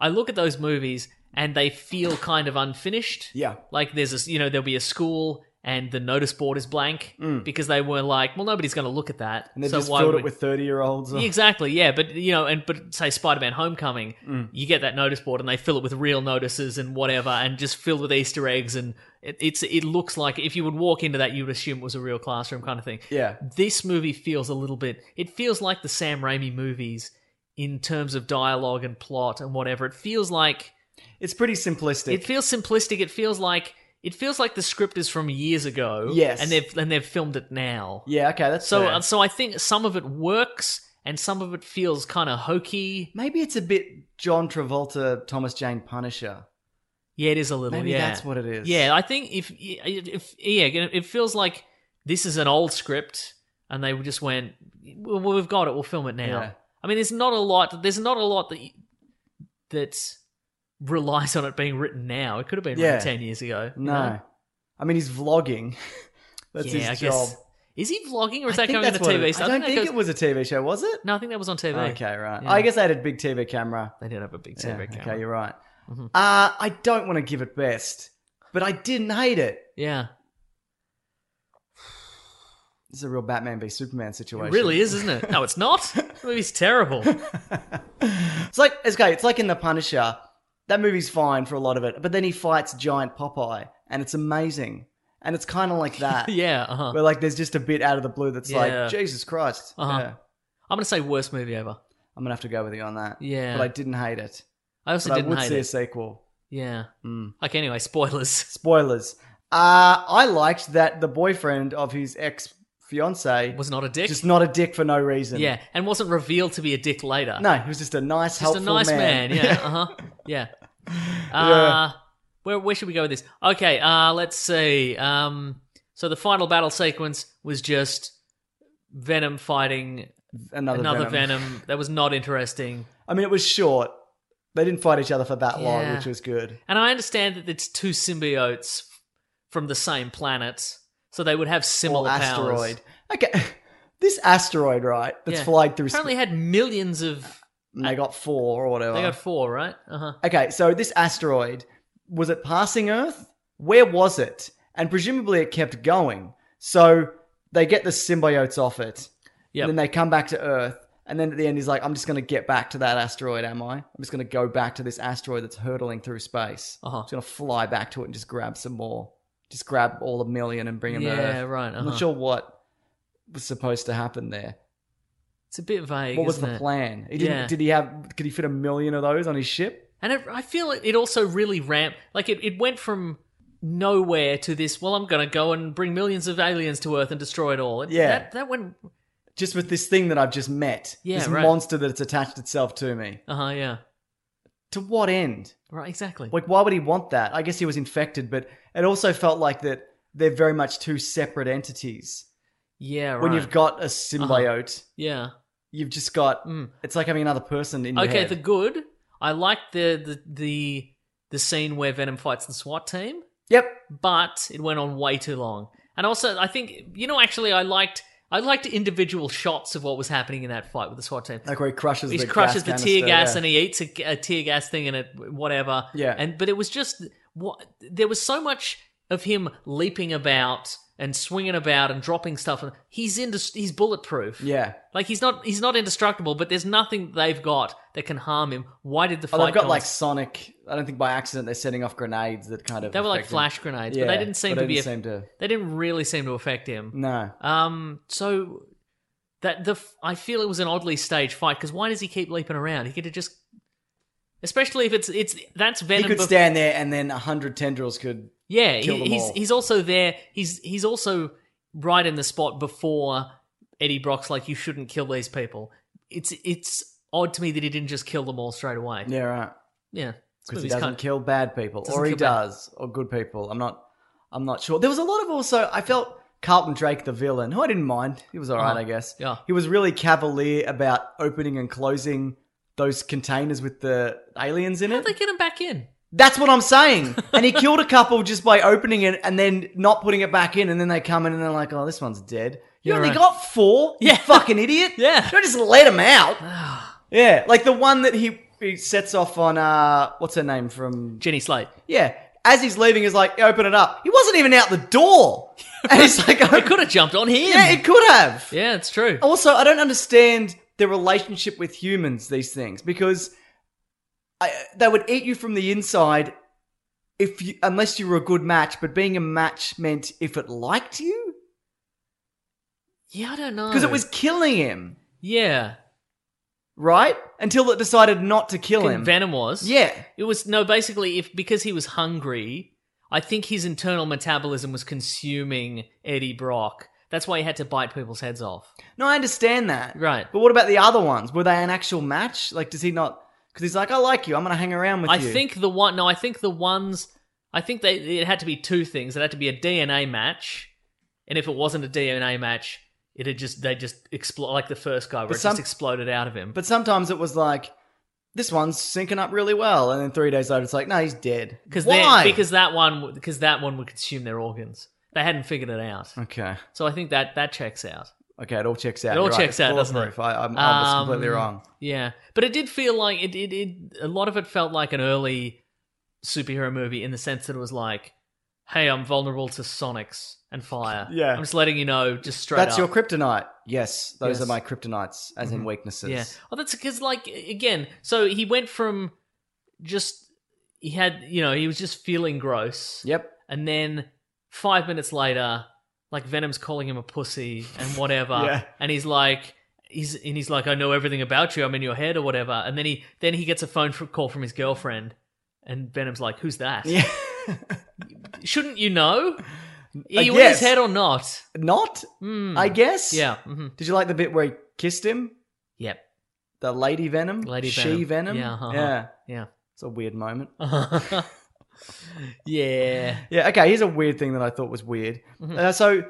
I look at those movies and they feel kind of unfinished. Yeah. Like there's this, you know, there'll be a school and the notice board is blank because they were like, well, nobody's going to look at that, Hmm. And they've so just why filled would it with thirty year olds. Exactly, yeah, but you know, and but say Spider-Man: Homecoming, Mm. you get that notice board, and they fill it with real notices and whatever, and just filled with Easter eggs, and it, it's it looks like if you would walk into that, you would assume it was a real classroom kind of thing. Yeah. This movie feels a little bit. It feels like the Sam Raimi movies in terms of dialogue and plot and whatever. It feels like It's pretty simplistic. it feels simplistic. It feels like it feels like the script is from years ago. Yes. and they've and they've filmed it now. yeah, okay, that's So fair. uh, so I think some of it works and some of it feels kind of hokey. maybe it's a bit John Travolta, Thomas Jane Punisher. Yeah, it is a little. Maybe yeah. that's what it is. Yeah, I think if if yeah, it feels like this is an old script and they just went, well, we've got it. We'll film it now. Yeah. I mean, there's not a lot. There's not a lot that that relies on it being written now. It could have been Yeah. written ten years ago. you No. know? I mean, he's vlogging. that's yeah, his I job. Guess. Is he vlogging or is that I think going to that's what TV? it- I don't think it was a TV show, was it? No, I think that was on TV. Okay, right. Yeah. I guess I had a big TV camera. They did have a big TV Yeah, camera. Mm-hmm. Okay, you're right. Uh, I don't want to give it best, but I didn't hate it. yeah. This is a real Batman v Superman situation. It really is, isn't it? No, it's not. The movie's terrible. It's like it's okay. It's like in The Punisher. That movie's fine for a lot of it, but then he fights giant Popeye, and it's amazing. And it's kind of like that. yeah, uh-huh. Where like there's just a bit out of the blue that's Yeah. like Jesus Christ. Uh-huh. Yeah. I'm gonna say worst movie ever. I'm gonna have to go with you on that. Yeah. But I didn't hate it. I also But I didn't would hate see a it. sequel. Yeah. Mm. Okay. Anyway, spoilers. Spoilers. Uh, I liked that the boyfriend of his ex fiance Was not a dick. just not a dick for no reason. yeah, and wasn't revealed to be a dick later. No, he was just a nice, just a helpful nice man. Yeah. Uh huh. Yeah. Uh, Where where should we go with this? Okay. Uh, let's see. Um, so the final battle sequence was just Venom fighting Another, another venom. Venom. that was not interesting. I mean, it was short. They didn't fight each other for that long, Yeah. which was good. And I understand that it's two symbiotes from the same planet, so they would have Or similar powers. asteroid. Okay, this asteroid, right? That's Yeah. flying through. Apparently Space. had millions of. they got four or whatever. They got four, right? Uh huh. Okay, so this asteroid, was it passing Earth? Where was it? And presumably it kept going. So they get the symbiotes off it. Yep. And then they come back to Earth. And then at the end, he's like, I'm just going to get back to that asteroid, am I? I'm just going to go back to this asteroid that's hurtling through space. Uh-huh. Just going to fly back to it and just grab some more. just grab all the million and bring them to Yeah, Earth. right, I'm uh-huh. not sure what was supposed to happen there. It's a bit vague. What was isn't the it? plan? He didn't, Yeah. Did he have? Could he fit a million of those on his ship? And it, I feel it, it also really ramped. Like it, it went from nowhere to this. Well, I'm going to go and bring millions of aliens to Earth and destroy it all. It- Yeah. that, that went. Just with this thing that I've just met, Yeah, this right. monster that's attached itself to me. Uh huh. Yeah. To what end? Right. Exactly. Like, why would he want that? I guess he was infected, but it also felt like that they're very much two separate entities. yeah. Right. When you've got a symbiote, Yeah. you've just got. Mm. It's like having another person in your Okay. head. The good. I liked the the the the scene where Venom fights the SWAT team. yep. but it went on way too long. And also, I think you know, actually, I liked I liked individual shots of what was happening in that fight with the SWAT team. Like where he crushes. He the crushes the gas tear canister, gas yeah. and he eats a, a tear gas thing and it whatever. Yeah. And but it was just what there was so much of him leaping about and swinging about and dropping stuff. And he's into he's bulletproof. yeah. Like he's not he's not indestructible, but there's nothing they've got that can harm him. Why did the fight? Oh, they've got go on like sonic. I don't think by accident they're setting off grenades that kind of. they were like affect him. flash grenades, but Yeah, they didn't seem but to they be. didn't seem to- They didn't really seem to affect him. No. Um, so that the f- I feel it was an oddly staged fight because why does he keep leaping around? He could have just, especially if it's it's that's He Venom. could bef- stand there and then a hundred tendrils could. yeah, kill he, them he's all. he's also there. He's he's also right in the spot before Eddie Brock's like you shouldn't kill these people. It's it's odd to me that he didn't just kill them all straight away. Yeah, right. Yeah, this Because he movie's doesn't kind of- kill bad people, Doesn't or he kill bad- does, or good people. I'm not. I'm not sure. There was a lot of also. I felt Carlton Drake, the villain, who I didn't mind. He was all right, Uh-huh. I guess. Yeah. He was really cavalier about opening and closing those containers with the aliens in How'd it. they get him back in? That's what I'm saying. And he killed a couple just by opening it and then not putting it back in. And then they come in and they're like, oh, this one's dead. You Yeah, only right. got four? You Yeah. fucking idiot. Yeah. Don't just let him out. yeah. Like the one that he, he sets off on, uh, what's her name from. Jenny Slate. Yeah. As he's leaving, he's like, open it up. He wasn't even out the door. And he's like, oh, It could have jumped on him. yeah, it Oh. could have. yeah, it's true. Also, I don't understand the relationship with humans, these things, because I, they would eat you from the inside if you, unless you were a good match, but being a match meant if it liked you? Yeah, I don't know Because it was killing him, yeah. right? Until it decided not to kill him. Venom was. yeah. It was no, basically, if because he was hungry, I think his internal metabolism was consuming Eddie Brock. That's why he had to bite people's heads off. No, I understand that. Right. But what about the other ones? Were they an actual match? Like, does he not. Because he's like, I like you. I'm going to hang around with I you. think the one. No, I think the ones. I think they. It had to be two things. It had to be a DNA match, and if it wasn't a DNA match, it had just they just explode like the first guy where But it some- just exploded out of him. But sometimes it was like, this one's syncing up really well. And then three days later, it's like, no, he's dead. because Why? because that one because that one would consume their organs. They hadn't figured it out, Okay. so I think that that checks out. Okay, it all checks out. It all You're right. checks It's out, doesn't bulletproof. it? I, I'm, I was Um, completely wrong. Yeah, but it did feel like it, it. It a lot of it felt like an early superhero movie in the sense that it was like, "Hey, I'm vulnerable to sonics and fire. Yeah. I'm just letting you know, just straight up." That's your kryptonite. Yes, those Yes. are my kryptonites, as in weaknesses. yeah. Oh, that's because like again, so he went from just he had you know he was just feeling gross. Yep. and then five minutes later, like Venom's calling him a pussy and whatever, Yeah. and he's like, he's and he's like, I know everything about you. I'm in your head or whatever. And then he then he gets a phone fr- call from his girlfriend, and Venom's like, Who's that? Yeah. Shouldn't you know? Are I you in his guess. head or not? Not, Hmm. I guess. Yeah. hmm Did you like the bit where he kissed him? Yep. The lady Venom? Lady She Venom. Venom? Yeah, uh-huh. yeah. Yeah. It's a weird moment. yeah. Yeah, okay, here's a weird thing that I thought was weird. Mm-hmm. Uh, so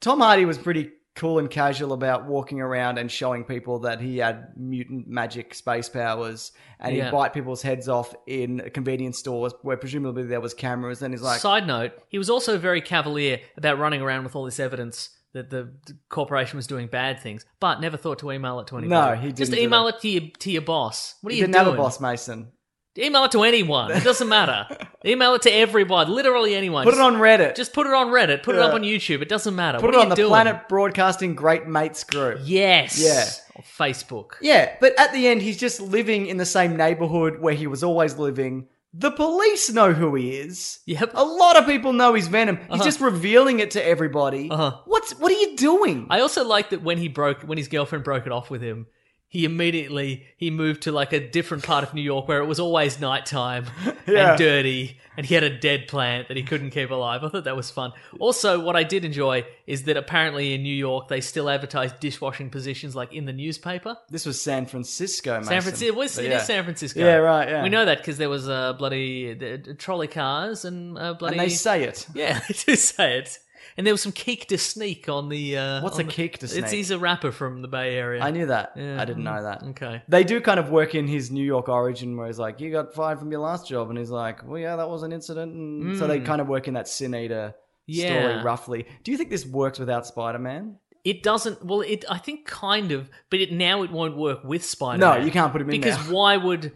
Tom Hardy was pretty cool and casual about walking around and showing people that he had mutant magic space powers and Yeah. he'd bite people's heads off in convenience stores where presumably there was cameras and he's like Side note, he was also very cavalier about running around with all this evidence that the the corporation was doing bad things, but never thought to email it to anybody. No, he Just didn't do email it to your, to your boss. What are he you didn't doing? have a boss Mason. Email it to anyone. It doesn't matter. email it to everybody, literally anyone. Put it Just- on Reddit. Just Just put it on Reddit. Put it up Yeah. on YouTube. It doesn't matter. put What it are on you the doing? Planet Broadcasting Great Mates group. Yes. Yeah. Or Facebook. Yeah, but at the end he's just living in the same neighborhood where he was always living The police know who he is. Yep. A lot of people know he's Venom. He's just revealing it to everybody. Uh-huh. What's what are you doing? I also like that when he broke, when his girlfriend broke it off with him, he immediately he moved to like a different part of New York where it was always nighttime Yeah. and dirty, and he had a dead plant that he couldn't keep alive. I thought that was fun. Also, what I did enjoy is that apparently in New York they still advertise dishwashing positions like in the newspaper. this was San Francisco, Mason. San Francisco, it is But yeah. San Francisco. Yeah, right, yeah. We know that because there was uh, bloody the, trolley cars and uh, bloody And they say it. yeah, they do say it. And there was some Keek de Sneak on the. Uh, What's on a the- Keek de Sneak? It's, he's a rapper from the Bay Area. I knew that. Yeah. I didn't know that. Okay. They do kind of work in his New York origin where he's like, You got fired from your last job and he's like, Well yeah, that was an incident and so they kind of work in that Sin Eater story Hmm. Yeah. roughly. Do you think this works without Spider Man? It doesn't. Well, it. I think kind of, but it now it won't work with Spider. No, you can't put him in because there. why would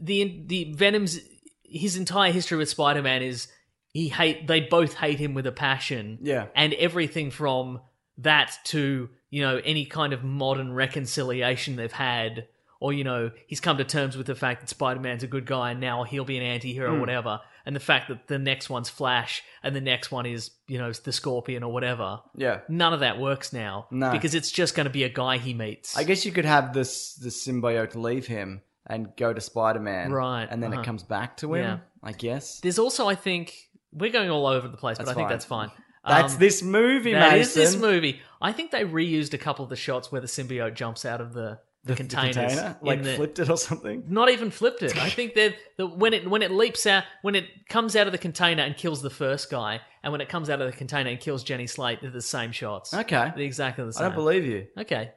the the Venom's his entire history with Spider Man is he hate they both hate him with a passion. Yeah. and everything from that to you know any kind of modern reconciliation they've had. Or you know he's come to terms with the fact that Spider-Man's a good guy and now he'll be an anti-hero Hmm. or whatever, and the fact that the next one's Flash and the next one is you know the Scorpion or whatever. Yeah. none of that works now No. because it's just going to be a guy he meets. I guess you could have this the symbiote leave him and go to Spider Man. Right, And then uh-huh. it comes back to him. Yeah. I guess. There's also, I think, we're going all over the place, That's but I think fine. that's fine. That's Um, this movie, That Mason. is this movie. I think they reused a couple of the shots where the symbiote jumps out of the, the, containers. container? in Like the- flipped it or something. Not even flipped it. I think that the, when it when it leaps out, when it comes out of the container and kills the first guy, and when it comes out of the container and kills Jenny Slate, they're the same shots. Okay. They're exactly the I same. don't believe you. Okay.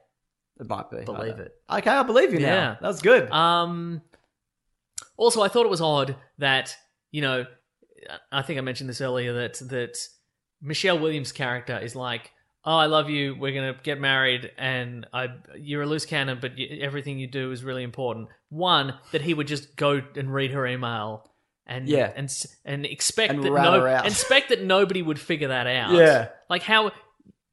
It might be. I Believe don't- it. Okay, I believe you now. Yeah. That was good. Um, also, I thought it was odd that you know, I think I mentioned this earlier that that Michelle Williams' character is like, "Oh, I love you. We're gonna get married, and I you're a loose cannon, but you, everything you do is really important." One that he would just go and read her email. And, Yeah. and s- and expect And that rat no, her out. and expect that nobody would figure that out. Yeah. like how,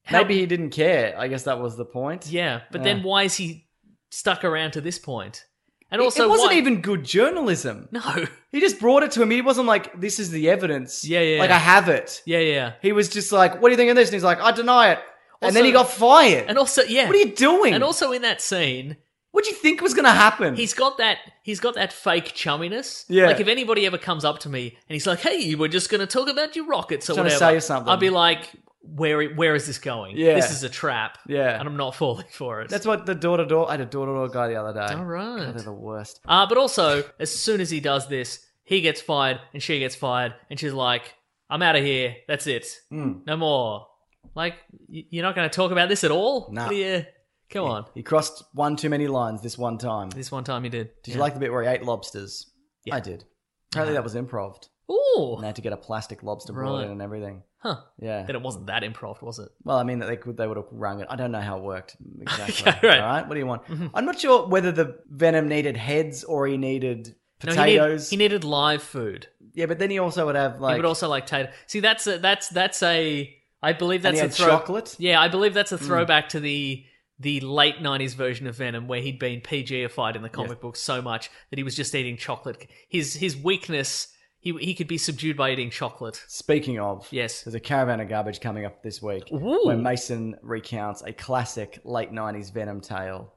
how Maybe he didn't care. I guess that was the point. yeah. But Yeah. then why is he stuck around to this point? And It- also, it wasn't why- even good journalism. no. He just brought it to him. He wasn't like, "This is the evidence." Yeah, yeah, Like yeah. I have it. Yeah, yeah. He was just like, "What do you think of this?" And he's like, "I deny it." and then Also- he got fired. And also, yeah. what are you doing? And also in that scene, what do you think was going to happen? he's got that he's got that fake chumminess. Yeah. Like if anybody ever comes up to me and he's like, "Hey, we're just going to talk about your rockets or Trying to whatever," sell you something. I'll be like, "Where where is this going? Yeah. This is a trap. Yeah. and I'm not falling for it." That's what the door to door. I had a door to door guy the other day. all God, right. they're the worst. Uh, but also, as soon as he does this, he gets fired and she gets fired, and she's like, "I'm out of here. That's it. Hmm. No more." Like, y- you're not going to talk about this at all? Nah. What do you- Come on. He crossed one too many lines this one time. Did This one time you did. you like the bit where he ate lobsters? I did. Apparently that was improv. Ooh. And they had to get a plastic lobster brought Right. in and everything. Huh. Yeah. Then it wasn't that improv, was it? Well, I mean that they could they would have rung it. I don't know how it worked Okay, exactly. right. Mm-hmm. All right. What do you want? I'm not sure whether the venom needed heads or he needed No, he, need- potatoes. he needed live food. yeah, but then he also would have like he would also like tater. See, that's a, that's that's a. I believe and that's he a had throw- chocolate. Hmm. Yeah, I believe that's a throwback to the the late '90s version of Venom, where he'd been PGified in the comic books so much that he was just eating chocolate. His his weakness, he he could be subdued by eating chocolate. Speaking of, Yes. there's a caravan of garbage coming up this week Ooh. where Mason recounts a classic late '90s Venom tale,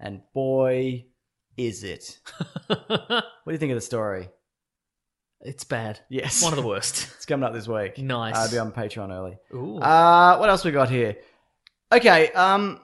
and boy, is it! what do you think of the story? it's bad. Yes. one of the worst. It's coming up this week. Nice. I'll be on Patreon early. Ooh. Uh, what else we got here? Okay, um,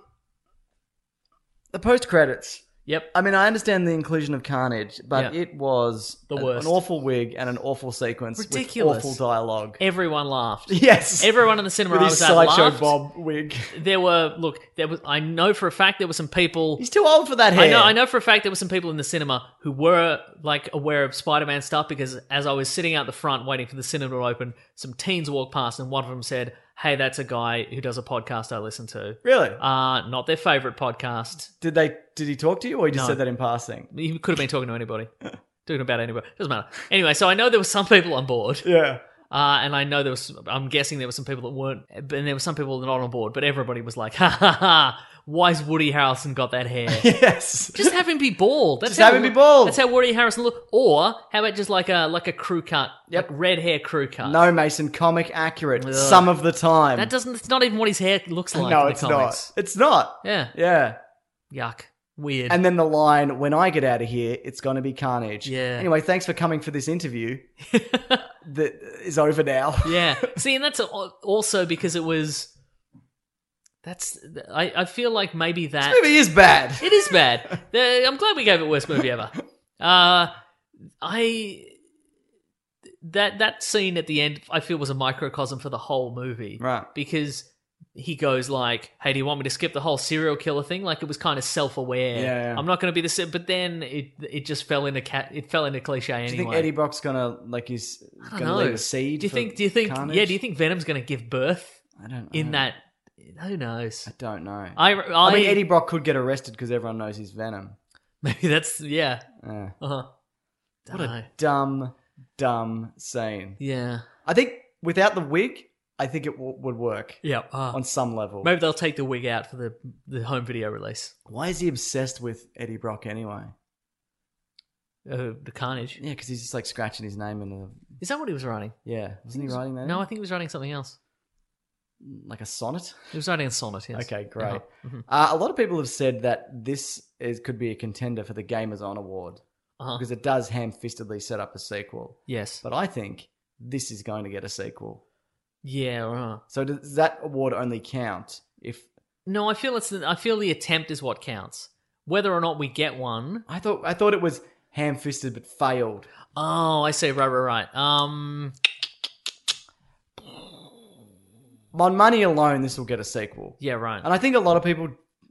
the post credits. yep. I mean, I understand the inclusion of Carnage, but Yeah. it was The an- worst. an awful wig and an awful sequence Ridiculous. with awful dialogue. Everyone laughed. Yes, Everyone in the cinema with I his was at sideshow laughed. bob wig. There were look. There was. I know for a fact there were some people. He's too old for that hair. I know, I know for a fact there were some people in the cinema who were like aware of Spider-Man stuff because as I was sitting out the front waiting for the cinema to open, some teens walked past and one of them said, "Hey, that's a guy who does a podcast I listen to." Really? Uh, not their favorite podcast. did they? Did he talk to you, or he just No. said that in passing? He could have been talking to anybody, talking about anybody. Doesn't matter. Anyway, so I know there were some people on board. Yeah. Uh, and I know there was, I'm guessing there were some people that weren't, and there were some people that not on board, but everybody was like, ha ha ha, why's Woody Harrelson got that hair? Yes. Just have him be bald. That's Just have him be bald. That's how Woody Harrison look. Or how about just like a like a crew cut, Yep. like red hair crew cut. No, Mason, comic accurate some of the time. that doesn't. It's not even what his hair looks like. no, in the it's comics. not. It's not. Yeah. Yeah. Yuck. Weird. And then the line, when I get out of here, it's going to be carnage. Yeah. Anyway, thanks for coming for this interview that is over now. yeah. See, and that's al- also because it was. That's. I, I feel like maybe that. This movie is bad. It is bad. The- I'm glad we gave it worst movie ever. Uh, I that that scene at the end I feel was a microcosm for the whole movie, Right. Because he goes like, "Hey, do you want me to skip the whole serial killer thing?" Like it was kind of self aware. Yeah, yeah. I'm not going to be the same. But then it it just fell into cat. It fell into cliche anyway. Do you think Eddie Brock's gonna like he's I gonna don't know. leave a seed? Do you for think? Do you think? Carnage? Yeah. Do you think Venom's going to give birth I don't. I in don't- that? Who knows? I don't know. I, I, I, mean, Eddie Brock could get arrested because everyone knows he's Venom. Maybe that's yeah. Yeah. Uh huh. What a Dumb, dumb saying. yeah. I think without the wig, I think it w- would work Yeah. Uh, on some level. maybe they'll take the wig out for the the home video release. Why is he obsessed with Eddie Brock anyway? Uh, the Carnage. Yeah, because he's just like scratching his name in the Is that what he was writing? yeah. Wasn't he writing that? No, I think he was writing something else. in? like a sonnet. He was writing a sonnet. Yes. Okay, great. Uh-huh. Mhm. Uh, a lot of people have said that this is, could be a contender for the Gamers On Award Uh-huh. because it does ham-fistedly set up a sequel. Yes. But I think this is going to get a sequel. Yeah. Uh, So does that award only count if no, I feel it's. The, I feel the attempt is what counts. Whether or not we get one. I thought I thought it was ham-fisted but failed. Oh, I see. Right, right, right. Um. On money alone, this will get a sequel. Yeah. Right. And I think a lot of people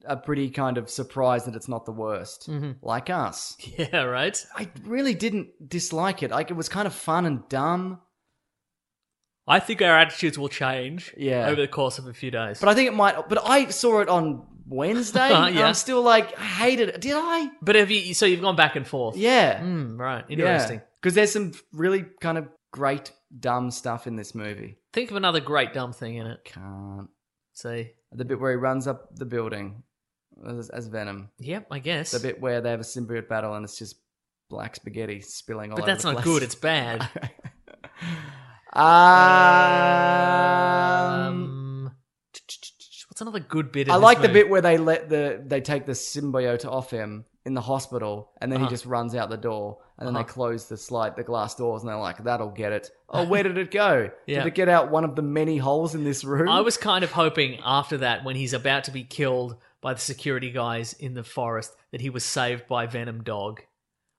are pretty kind of surprised that it's not the worst, Mm-hmm. like us. Yeah. Right. I really didn't dislike it. Like it was kind of fun and dumb, I think our attitudes will change. Yeah. Over the course of a few days. but I think it might. But I saw it on Wednesday. Uh, and yeah. I'm still like, I hated it. Did I? But have you? So you've gone back and forth. Yeah. Mm, right. Interesting. Because there's some really kind of great dumb stuff in this movie. Think of another great dumb thing in it. Can't. See. The bit where he runs up the building as, as Venom. Yep. I guess. The bit where they have a symbiote battle and it's just black spaghetti spilling all but over that's the not place. good. It's bad. um, um. What's another good bit? In I this like the movie? bit where they let the they take the symbiote off him in the hospital, and then Uh-huh. he just runs out the door, and then they close the slide the glass doors, and they're like, "That'll get it." Oh, where did it go? Yeah. Did it get out one of the many holes in this room? I was kind of hoping after that, when he's about to be killed by the security guys in the forest, that he was saved by Venom Dog.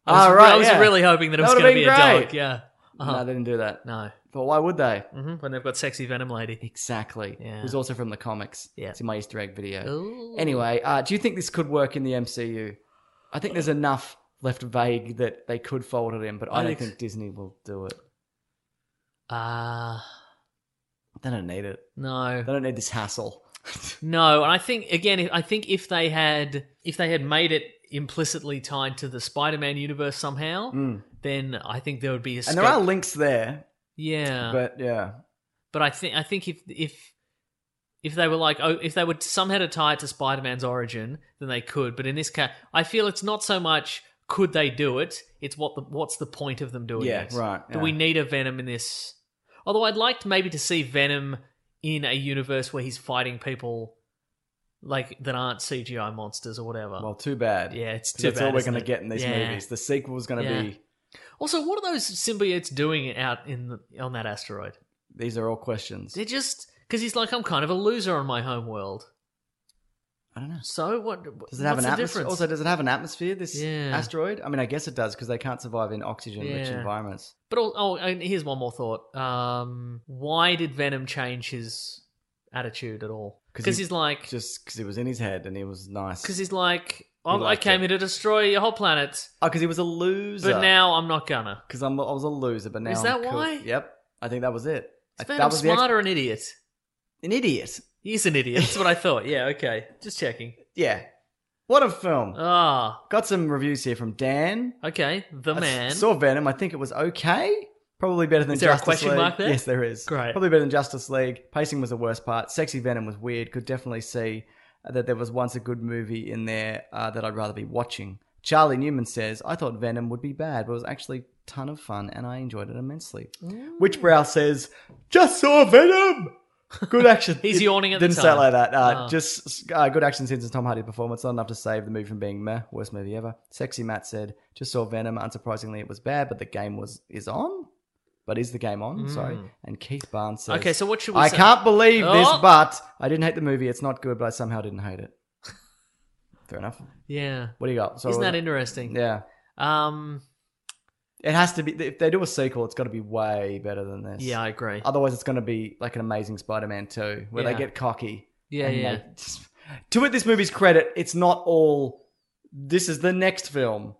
I was, Ah, right, I was yeah. really hoping that it That was would've going to been be a great. dog. Yeah. No, they didn't do that. No. But why would they? hmm When they've got sexy Venom Lady. Exactly. Yeah. It was also from the comics. Yeah. It's in my Easter egg video. Ooh. Anyway, uh, do you think this could work in the MCU? I think there's enough left vague that they could fold it in, but I I, don't think think s- Disney will do it. Ah. They don't need it. no. They don't need this hassle. No, and I think again, if- I think if they had if they had made it implicitly tied to the Spider-Man universe somehow, Mm. then I think there would be a. And there scope- are links there, yeah, but, but yeah. I think I think if if if they were like oh if they were somehow to tie it to Spider-Man's origin, then they could. But in this case, I feel it's not so much could they do it; it's what the what's the point of them doing Yeah, it? right, Do yeah. we need a Venom in this? Although I'd like to maybe to see Venom in a universe where he's fighting people like that aren't CGI monsters or whatever. Well, too bad. Yeah, it's 'Cause too That's bad, all we're isn't going it? to get in these Yeah. movies. The sequel is going to Yeah. be also, what are those symbiotes doing out in the, on that asteroid? these are all questions. They're just because he's like I'm kind of a loser on my home world. I don't know. So what Does it have what's an the atmosphere? difference? Also, does it have an atmosphere? This Yeah. asteroid? I mean, I guess it does because they can't survive in oxygen-rich Yeah. environments. But al- oh, and here's one more thought. Um, why did Venom change his attitude at all? 'Cause Because he- he's like, Just because it was in his head and he was nice. because he's like, "Oh, I liked came it. here to destroy your whole planet, Oh, because he was uh, a loser. but now I'm not gonna. because I'm I was a loser, but now Is I'm that cool. why? Yep, I think that was it. I- Is that Venom was smart The or an idiot? ex- an idiot. He's an idiot. That's what I thought. Yeah, okay, just checking. Yeah, what a film. Ah, Got some reviews here from Dan. okay, the I s- man. saw Venom. I think it was okay. Probably better than Is there a Justice question League. mark there? Yes, there is. Great. Probably better than Justice League. Pacing was the worst part. Sexy Venom was weird. Could definitely see that there was once a good movie in there uh, that I'd rather be watching. Charlie Newman says, I thought Venom would be bad, but it was actually a ton of fun and I enjoyed it immensely. Mm. Witchbrow says, Just saw Venom! Good action. He's It yawning at the Didn't say it time. like that. Uh, Oh. Just uh, good action scenes and Tom Hardy performance. Not enough to save the movie from being meh. Worst movie ever. Sexy Matt said, Just saw Venom. Unsurprisingly, it was bad, but the game was is on? But is the game on? Sorry. And Keith Barnes says, Okay, so what should we I say? can't believe this, Mm. Oh. but I didn't hate the movie. It's not good, but I somehow didn't hate it. Fair enough. Yeah. What do you got? So Isn't that interesting? Yeah. Um. It has to be. If they do a sequel, it's got to be way better than this. Yeah, I agree. Otherwise, it's going to be like an amazing Spider-Man 2, where they Yeah. get cocky. Yeah, and yeah. they just- to it, this movie's credit, it's not all. This is the next film,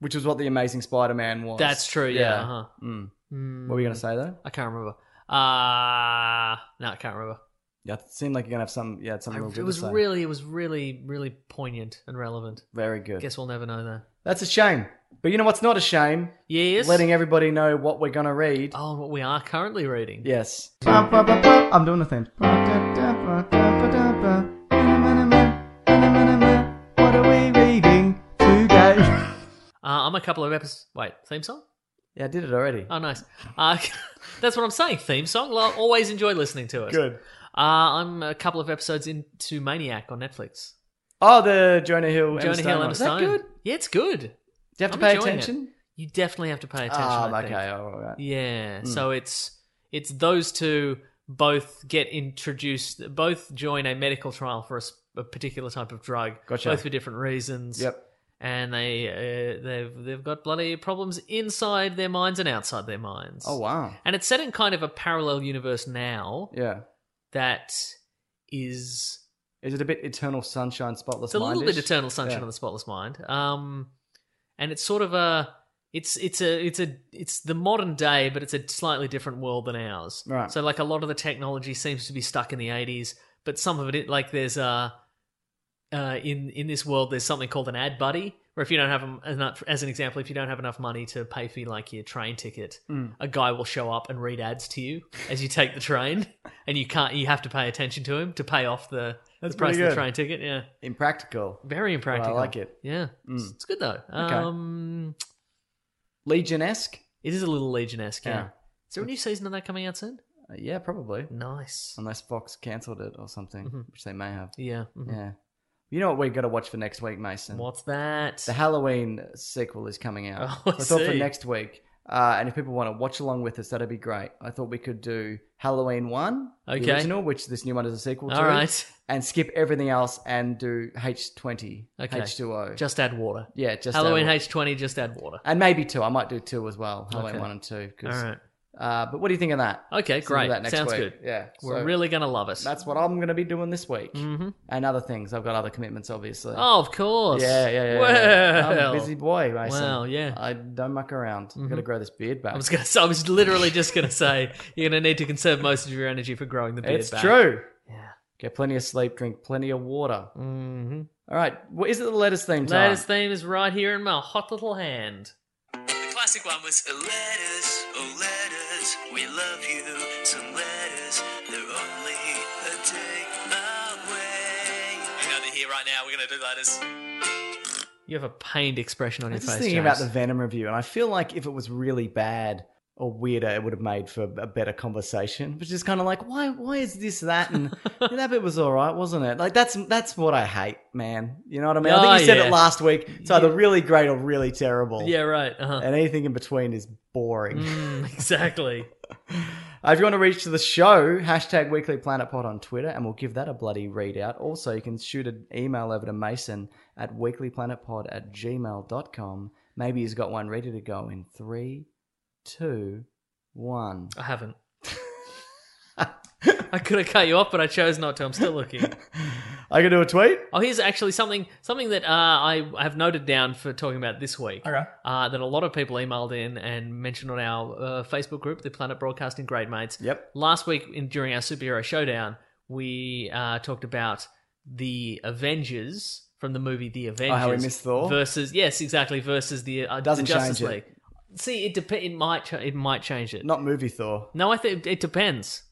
which is what the Amazing Spider-Man was. That's true. Yeah. Uh-huh. Mm. Mm. What were you going to say though? I can't remember. Uh no, I can't remember. Yeah, it seemed like you're going to have some. Yeah, I- something. real good it to was say. really, it was really, really poignant and relevant. very good. Guess we'll never know that. That's a shame. But you know what's not a shame? Yes. Letting everybody know what we're going to read. Oh, what we are currently reading. Yes. I'm doing the thing. What are we reading today? Uh, I'm a couple of episodes. Wait, theme song? Yeah, I did it already. Oh, nice. Uh, that's what I'm saying. Theme song. Well, I always enjoy listening to it. Good. Uh, I'm a couple of episodes into Maniac on Netflix. Oh, the Jonah Hill. Jonah Hill, one. Emma Is that Stone. good? Do Yeah, it's good. you have to I'm pay enjoying it. attention? You definitely have to pay attention. Ah, I think. okay, all right. Yeah. Hmm. So it's it's those two both get introduced. Both join a medical trial for a, s- a particular type of drug. Gotcha. Both for different reasons. Yep. And they uh, they've they've got bloody problems inside their minds and outside their minds. Oh, wow. And it's set in kind of a parallel universe now Yeah. that is Is it a bit Eternal Sunshine, Spotless it's a little Mind-ish? bit Eternal Sunshine Yeah. of the Spotless Mind. Um, and it's sort of a it's it's a it's a it's the modern day, but it's a slightly different world than ours. Right. So like a lot of the technology seems to be stuck in the eighties, but some of it like there's a uh, in in this world there's something called an ad buddy, where if you don't have em- enough, as an example, if you don't have enough money to pay for like your train ticket, Hmm. a guy will show up and read ads to you as you take the train, and you can't you have to pay attention to him to pay off the, That's the price pretty of good. the train ticket. Yeah. Impractical. Very impractical. I like it. Mm. Yeah, it's, it's good though. Okay. Um, Legion esque? it is a little Legion-esque. Yeah. Yeah. Is there a new season of that coming out soon? Uh, yeah, probably. Nice. Unless Fox cancelled it or something, Mm-hmm. which they may have. Yeah. mhm. Yeah. You know what we've got to watch for next week, Mason? What's that? The Halloween sequel is coming out. Oh, I So I thought for see. next week. Uh, and if people want to watch along with us, that'd be great. I thought we could do Halloween 1, the Okay. original, which this new one is a sequel to. All right. And skip everything else and do H20, Okay. H2O. Just add water. yeah, just Halloween our- H20. Just add water. And maybe 2. I might do 2 as well, Halloween Okay. 1 and 2. All 'cause- right. uh, but what do you think of that? Okay. Think of Great. that next Sounds week. good. Yeah. We're so really gonna love it. That's what I'm going to be doing this week. hmm And other things. I've got other commitments, obviously. Oh, of course. Yeah, yeah, yeah. yeah. Well, I'm a busy boy, Mason. Wow, yeah. Mm-hmm. I don't muck around. I've got to grow this beard back. I was gonna. Say, I was literally just gonna say you're gonna need to conserve most of your energy for growing the beard. it's true. Yeah. Get plenty of sleep, drink plenty of water. Mm-hmm. All right. Well, is it the lettuce theme time? Latest theme is right here in my hot little hand. The classic one was uh, letters, oh letters, we love you. Some letters, they're only a day away. You know they're here right now. We're gonna do letters. You have a pained expression on I your was just face. thinking James. about the Venom review, and I feel like if it was really bad or weirder, it would have made for a better conversation. Which is kind of like, why? Why is this that? And yeah, that bit was all right, wasn't it? Like that's that's what I hate, man. You know what I mean? I think Oh, you said yeah. it last week. It's either really great or really terrible. Yeah, right. Uh-huh. And anything in between is boring. Mm, exactly. Uh, if you want to reach the show, hashtag Weekly Planet Pod on Twitter, and we'll give that a bloody readout. Also, you can shoot an email over to Mason at weeklyplanetpod at gmail.com. Maybe he's got one ready to go in three, two, one. I haven't. I could have cut you off, but I chose not to. I'm still looking. I can do a tweet? Oh, here's actually something something that uh, I have noted down for talking about this week. Okay. Uh, that a lot of people emailed in and mentioned on our uh, Facebook group, the Planet Broadcasting Great Mates. Yep. Last week, in, during our superhero showdown, we uh, talked about the Avengers from the movie The Avengers. Oh, we missed Thor? versus yes, exactly versus the, uh, Doesn't the Justice change it. League. See, it dep- It might. Ch- it might change it. Not movie Thor. No, I think it depends.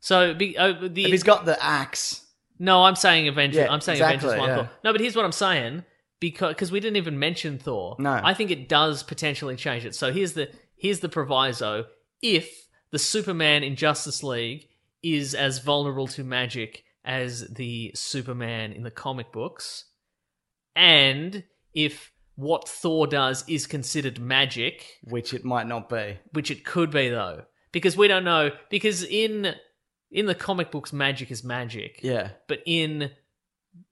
So be, oh, the If he's got the axe, no, I'm saying Avengers. Yeah, I'm saying exactly, Avengers One yeah. Thor. No, but here's what I'm saying because cause we didn't even mention Thor. No. I think it does potentially change it. So here's the here's the proviso: if the Superman in Justice League is as vulnerable to magic as the Superman in the comic books, and if what Thor does is considered magic, which it might not be. which it could be though because we don't know because in in the comic books magic is magic Yeah. but in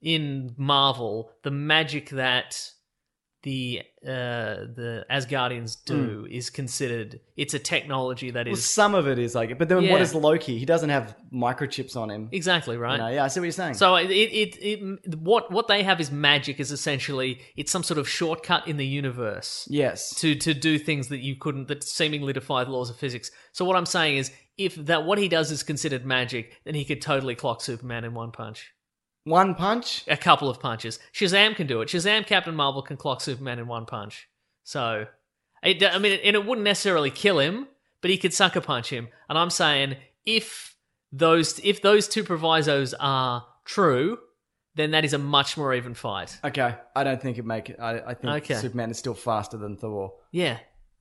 in marvel the magic that the uh the asgardians do is considered it's a technology that Hmm. Well, is some of it is like it, but then what Yeah. is Loki? He doesn't have microchips on him. exactly right You know, yeah, I see what you're saying. So it, it, it what what they have is magic is essentially it's some sort of shortcut in the universe. yes, to to do things that you couldn't that seemingly defy the laws of physics. So what I'm saying is if that what he does is considered magic, then he could totally clock Superman in one punch. one punch. A couple of punches. Shazam can do it. Shazam Captain Marvel can clock Superman in one punch. So it, I mean and it wouldn't necessarily kill him, but he could sucker punch him. And I'm saying if those if those two provisos are true, then that is a much more even fight. Okay, I don't think it make it. I, I think Okay. Superman is still faster than Thor. Yeah.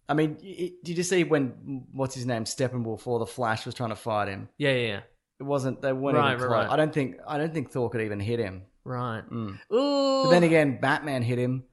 I mean, y- y- did you see when what's his name Steppenwolf or the Flash was trying to fight him? Yeah, yeah, yeah. It wasn't. They weren't Right, even right, close. right. I don't think. I don't think Thor could even hit him. Right. Mm. Ooh. But then again, Batman hit him.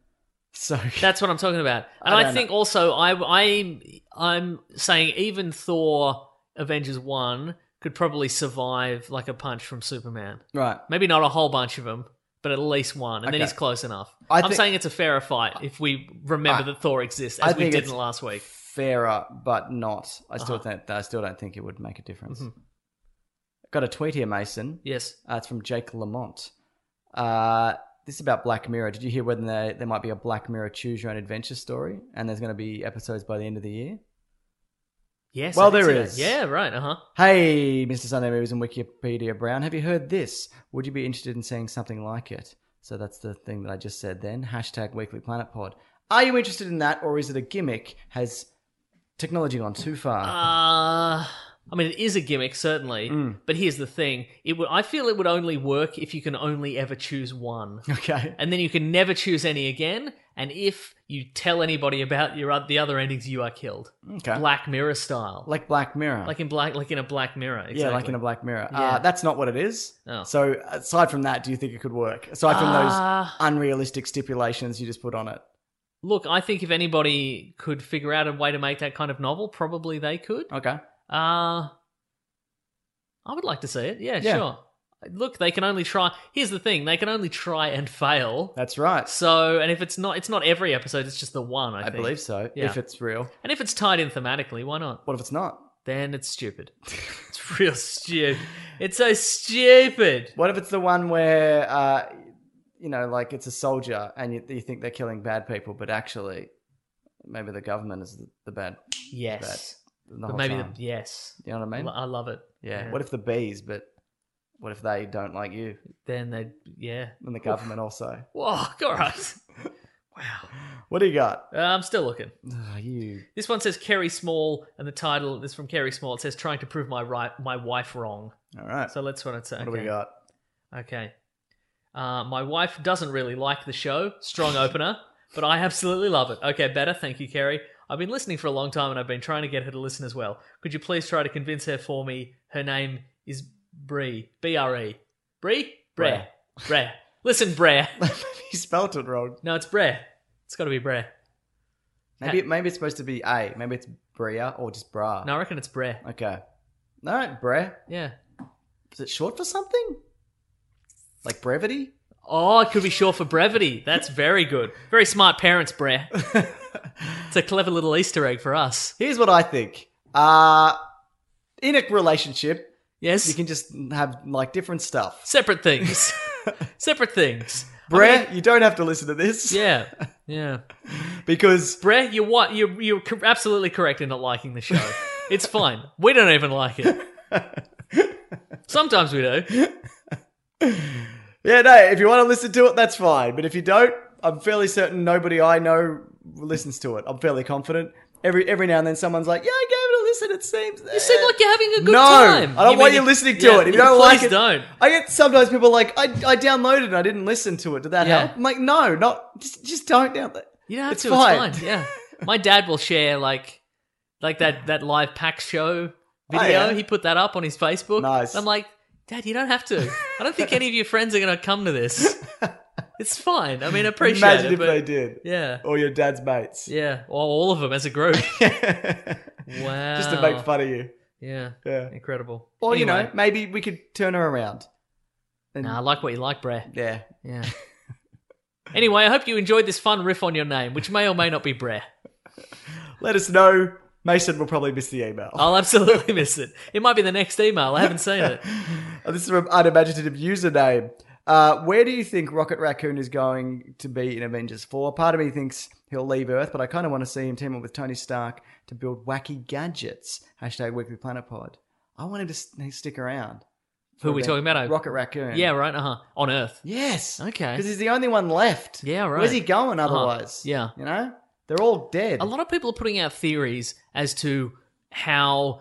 So That's what I'm talking about. And I I, don't think also I I I'm saying even Thor Avengers 1 could probably survive like a punch from Superman. right. Maybe not a whole bunch of them, but at least one, and then Okay. he's close enough. I I am think- saying it's a fairer fight if we remember I- that Thor exists I as we think it's- didn't last week. Uh-huh. Fairer, but not. I still think. I still don't think it would make a difference. Mm-hmm. Got a tweet here, Mason. Yes. Uh, it's from Jake Lamont. Uh, this is about Black Mirror. Did you hear when there, there might be a Black Mirror choose your own adventure story and there's going to be episodes by the end of the year? Yes. Well, I did there see that. is. Yeah, right. Uh-huh. Hey, Mr. Sunday Movies and Wikipedia Brown, have you heard this? Would you be interested in seeing something like it? So that's the thing that I just said then. Hashtag Weekly Planet Pod. Are you interested in that or is it a gimmick? Has technology gone too far? Uh I mean, it is a gimmick, certainly, Mm. but here's the thing. It would, I feel it would only work if you can only ever choose one. okay. and then you can never choose any again. And if you tell anybody about your oth- the other endings, you are killed. Okay. Black Mirror style, like, like Black Mirror. in black, like in a Black Mirror. Exactly. Yeah, like in a Black Mirror. Uh, Yeah. that's not what it is. Oh. Uh, So, aside from that, do you think it could work? Aside from those unrealistic stipulations you just put on it. Look, I think if anybody could figure out a way to make that kind of novel, probably they could. Okay. Uh I would like to see it. Yeah, Yeah. sure. Look, they can only try. Here's the thing: they can only try and fail. That's right. So, and if it's not, it's not every episode. It's just the one. I, I, think. believe so. Yeah. If it's real. And if it's tied in thematically, why not? What if it's not? then it's stupid. it's real stupid. It's so stupid. What if it's the one where, uh, you know, like it's a soldier and you, you think they're killing bad people, but actually, maybe the government is the, the bad. Yes. The But whole maybe the, time. yes. You know what I mean? I love it. yeah. What if the bees, but what if they don't like you then they yeah. and the government also? Whoa, all right. wow. What do you got? Uh, I'm still looking. Ah, you This one says Kerry Small, and the title is from Kerry Small. It says "Trying to prove my right, my wife wrong." all right? So let's what it's. Okay. what do we got? Okay. Uh, my wife doesn't really like the show. Strong opener, but I absolutely love it. Okay, better. Thank you, Kerry. I've been listening for a long time and I've been trying to get her to listen as well. Could you please try to convince her for me? Her name is Bree. B R E. Bree? Brer. Brer. Listen, Brer. he spelt it wrong. No, it's Brer. It's got to be Brer. Maybe maybe it's supposed to be A. Maybe it's Bria or just Bra. No, I reckon it's Brer. Okay. All right, Bra. Yeah. Is it short for something? Like brevity? Oh, it could be short for brevity. That's very good. Very smart parents, Brer. it's a clever little Easter egg for us. Here's what I think. Uh in a relationship, Yes. you can just have like different stuff. separate things. separate things. Bra, you don't have to listen to this Yeah, yeah. because Brett, you're what? You're you're cor- absolutely correct in not liking the show. It's fine. We don't even like it. Sometimes we do. yeah, no, if you want to listen to it, that's fine. But if you don't, I'm fairly certain nobody I know listens to it. I'm fairly confident. every every now and then someone's like, "Yeah, I gave it a listen. It seems You seem like you're having a good no, time. I don't want mean- you listening to Yeah, it. If you don't please like it, don't. I get sometimes people are like I, I downloaded it. I didn't listen to it. Did that Yeah. help? I'm like, no, not just just don't download. You don't have It's to. fine. It's fine. Yeah. My dad will share like like that that live pack show Oh, video. yeah. He put that up on his Facebook. Nice. I'm like, Dad, you don't have to. I don't think any of your friends are going to come to this. It's fine. I mean, I appreciate Imagine it. if but they did, Yeah. or your dad's mates, Yeah. Well, all of them as a group. wow. just to make fun of you. Yeah. Yeah. Incredible. Or you know, Anyway. maybe we could turn her around. And- Nah, I like what you like, bruh. yeah. Yeah. anyway, I hope you enjoyed this fun riff on your name, which may or may not be Breh. Let us know. Mason will probably miss the email. I'll absolutely miss it. It might be the next email. I haven't seen it. Oh, This is from unimaginative username. Uh, where do you think Rocket Raccoon is going to be in Avengers 4? Part of me thinks he'll leave Earth, but I kind of want to see him team up with Tony Stark to build wacky gadgets. Hashtag Weekly Planet Pod. I want him to s- stick around. Who are we Event- talking about? Rocket Raccoon. Yeah, right. Uh huh. On Earth. Yes. Okay. Because he's the only one left. Yeah, right. Where's he going Uh-huh. otherwise? Yeah. You know? They're all dead. A lot of people are putting out theories as to how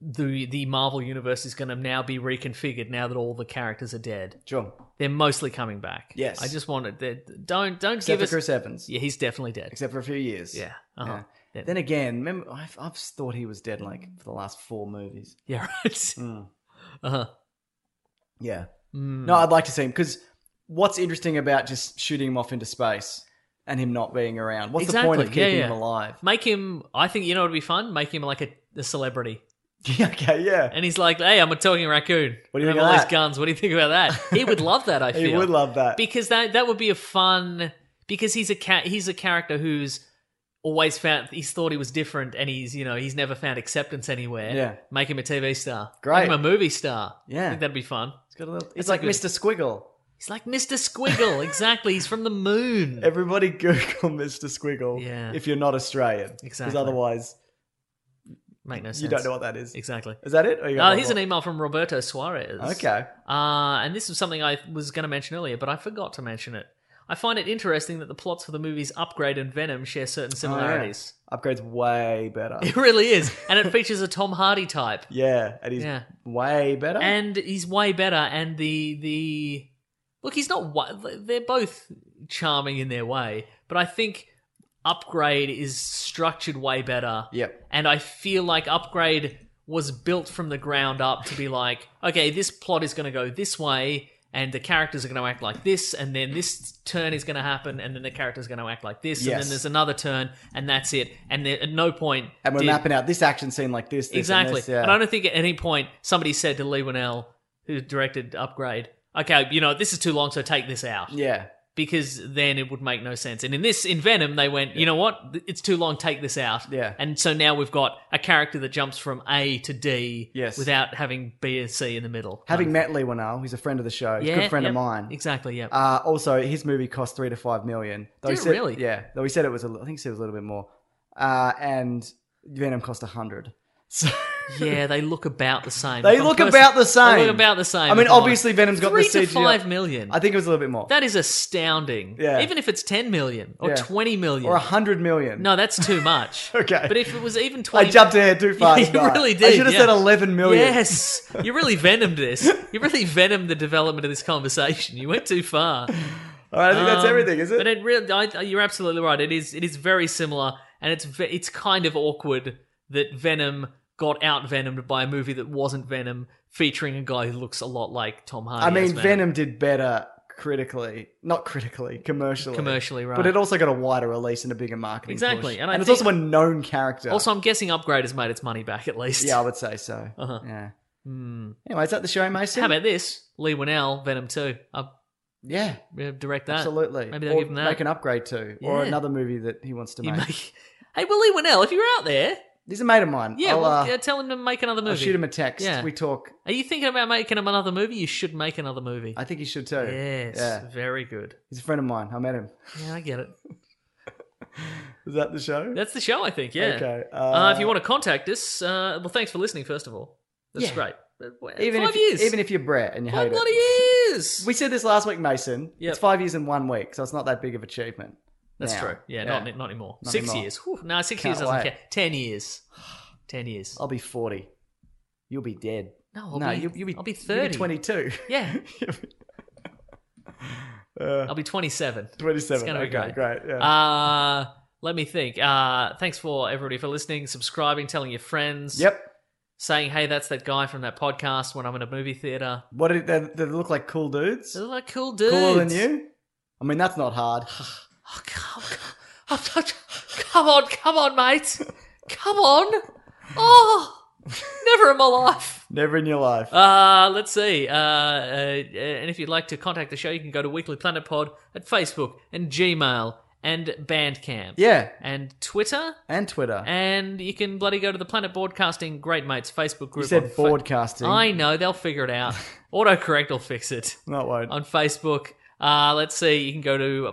the the Marvel universe is going to now be reconfigured now that all the characters are dead. Sure. They're mostly coming back. Yes. I just wanted that. Don't don't Except give for us. Chris Evans. yeah, he's definitely dead. Except for a few years. Yeah. Uh-huh. Yeah. Yeah. Then again, remember, I've, I've thought he was dead like for the last four movies. Yeah. Right. Mm. Uh huh. Yeah. Mm. No, I'd like to see him because what's interesting about just shooting him off into space and him not being around? What's the point of Exactly. Yeah, keeping yeah. him alive? Make him. I think you know what would be fun. Make him like a, a celebrity. Yeah, okay, yeah. And he's like, "Hey, I'm a talking raccoon. What do you I have think of all that?" these guns. What do you think about that?" He would love that. I feel He would love that. because that that would be a fun because he's a cat. He's a character who's always found he's thought he was different, and he's you know he's never found acceptance anywhere. Yeah. make him a TV star. Great. make him a movie star. Yeah. I think that'd be fun. It's got a little- it's a like good- Mr. Squiggle. He's like Mr. Squiggle. exactly. He's from the moon. Everybody Google Mr. Squiggle Yeah. if you're not Australian. Because Exactly. otherwise, Make no sense. you don't know what that is. Exactly. Is that it? Or you got Uh, one here's more? an email from Roberto Suarez. Okay. Uh, and this was something I was going to mention earlier, but I forgot to mention it. I find it interesting that the plots for the movies Upgrade and Venom share certain Oh, similarities. Upgrade's way better. It really is. And it features a Tom Hardy type. yeah. And he's Yeah. way better. And he's way better. And the. the Look, he's not. wa- They're both charming in their way, but I think Upgrade is structured way better. Yep. And I feel like Upgrade was built from the ground up to be like, okay, this plot is going to go this way, and the characters are going to act like this, and then this turn is going to happen, and then the character's going to act like this, and Yes. then there's another turn, and that's it. And there, at no point. And we're did- mapping out this action scene like this. this and Exactly. this, yeah. And I don't think at any point somebody said to Lee Winnell, who directed Upgrade, okay, you know, this is too long, so take this out. yeah. Because then it would make no sense. And in this, in Venom, they went, you know what? Th- It's too long, take this out. Yeah. And so now we've got a character that jumps from A to D Yes. without having B and C in the middle. Having Kind met Lee Winnell, he's a friend of the show, of- he's a good friend of yep, mine. Exactly, yeah. Uh, also, his movie cost three to five million. Though he Did it said, really? Yeah, though he said it was. A, li- I think he said it was a little bit more. Uh, and Venom cost a hundred. So yeah, they look about the same. They If I'm look pers- about the same. They look about the same. I mean, if I'm obviously honest. Venom's got the Three to CGI. five million. I think it was a little bit more, That is astounding. Yeah. Even if it's 10 million or Yeah. 20 million. or a hundred million. No, that's too much. Okay. But if it was even 20. I jumped ahead too far. Yeah, you didn't I? really I did. should have yeah. said eleven million. Yes. You really venomed this. You really venomed the development of this conversation. You went too far. All right, I think that's Um, everything, is it? But it really, I, you're absolutely right. It is. It is very similar, and it's ve- it's kind of awkward that Venom got out venomed by a movie that wasn't Venom, featuring a guy who looks a lot like Tom Hardy. I mean, as Venom did better critically, not critically, commercially. Commercially, right. But it also got a wider release and a bigger marketing. Exactly, push. and I it's think- also a known character. Also, I'm guessing Upgrade has made its money back at least. yeah, I would say so. Uh-huh. Hmm. Yeah. Anyway, is that the show, Mason? How about this? Lee Winnell, Venom 2. I'll Yeah, uh, direct that. absolutely. Maybe they'll or give him that. Make an upgrade to, or Yeah. another movie that he wants to You make. make- Hey, well, Lee Winnell, if you're out there, He's a mate of mine. yeah, I'll, well, uh, yeah, tell him to make another movie. I'll shoot him a text. Yeah. We talk. Are you thinking about making him another movie? You should make another movie. I think he should too. yes, Yeah. very good. He's a friend of mine. I met him. Yeah, I get it. Is that the show? That's the show, I think. Yeah. Okay. Uh, Uh, if you want to contact us, uh, well, thanks for listening. First of all, that's Yeah. great. But, well, uh, even five if, years, Even if you're Brett and you five hate bloody it. years. We said this last week, Mason. Yep. It's five years in one week, so it's not that big of achievement. That's now. true. Yeah, Not, not anymore. six anymore. years. Whew. No, six Can't years doesn't wait. care. Ten years. Ten years. I'll be 40. You'll be dead. No, I'll no, be- you'll, you'll be I'll be 30. You'll be 22. Yeah, Uh, I'll be twenty-seven. 27. Oh, gonna Okay, be great. yeah. Uh, let me think. Uh, thanks for everybody for listening, subscribing, telling your friends. yep. Saying, hey, that's that guy from that podcast when I'm in a movie theater. What did they, they look like? Cool dudes? They're like cool dudes. Cooler than you? I mean, that's not hard. Oh, come, come, come on, come on, mate. Come on. Oh, never in my life. Never in your life. Uh, let's see. Uh, uh, and if you'd like to contact the show, you can go to Weekly Planet Pod at Facebook and Gmail and Bandcamp. yeah. And Twitter. And Twitter. And you can bloody go to the Planet Broadcasting Great Mates Facebook group. you said on Fa- broadcasting. I know, they'll figure it out. Autocorrect will fix it. No, it won't. On Facebook. Uh, let's see. You can go to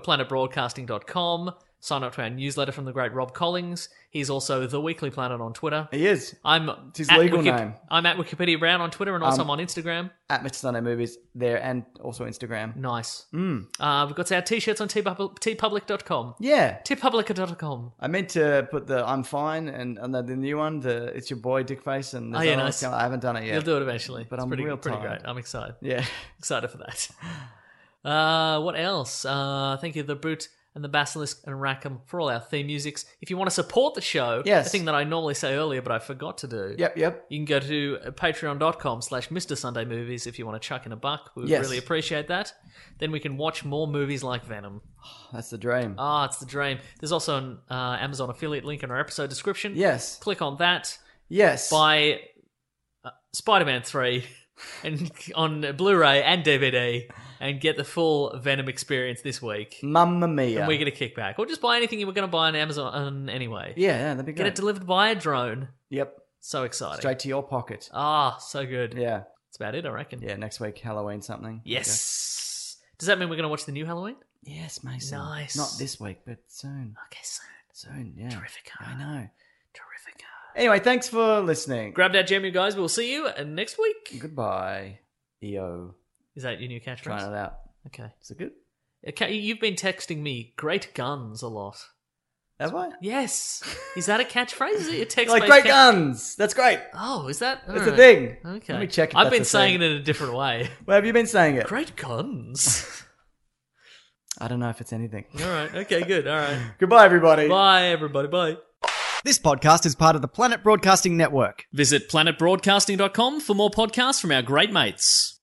planetbroadcasting.com, sign up to our newsletter from the great Rob Collings. He's also The Weekly Planet on Twitter. He is. I'm It's his at legal Wiki- name. Um, I'm at Wikipedia Brown on Twitter and also I'm on Instagram. At Mr. Sunday Movies there and also Instagram. Nice. mm. Uh, we've got our t-shirts on tpub- tpublic.com. Yeah. tpublica.com. I meant to put the I'm fine and, and the, the new one, the It's Your Boy Dick Face. And there's Oh, yeah, another nice. one. I haven't done it yet. You'll do it eventually. But it's I'm pretty, real pretty tired. great. I'm excited. Yeah. Excited for that. Uh, what else? Uh, thank you, The Boot and The Basilisk and Rackham for all our theme musics. If you want to support the show, Yes. the thing that I normally say earlier but I forgot to do. Yep, yep. You can go to uh, patreon.com slash Mr. Sunday Movies if you want to chuck in a buck. We would Yes. really appreciate that. Then we can watch more movies like Venom. That's the dream. Ah, it's the dream. There's also an uh, Amazon affiliate link in our episode description. yes. Click on that. Yes. Buy uh, Spider-Man 3 and on Blu-ray and DVD and get the full Venom experience this week. Mamma Mia. And we get a kickback. Or just buy anything you were going to buy on Amazon anyway. yeah, yeah, that'd be Get good. it delivered by a drone. yep. So exciting. Straight to your pocket. Ah, so good. Yeah. That's about it, I reckon. Yeah, next week, Halloween something. Yes. Does that mean we're going to watch the new Halloween? Okay. Yes, Mason. Nice. Not this week, but soon. Okay, soon. Soon, yeah. Terrific. I know. Terrific. Anyway, thanks for listening. Grab that gem, you guys. We'll see you uh, next week. Goodbye. EO. Is that your new catchphrase? Trying it out. Okay. Is it good? Okay, you've been texting me great guns a lot. Have I? Yes. Is that a catchphrase? Is it your text Like great guns. That's great. Oh, is that? That's Alright. a thing. Okay. Let me check. If I've that's been a saying thing. it in a different way. Where have you been saying it? Great guns. I don't know if it's anything. All right. Okay, good. All right. Goodbye, everybody. Bye, everybody. Bye. This podcast is part of the Planet Broadcasting Network. Visit planetbroadcasting.com for more podcasts from our great mates.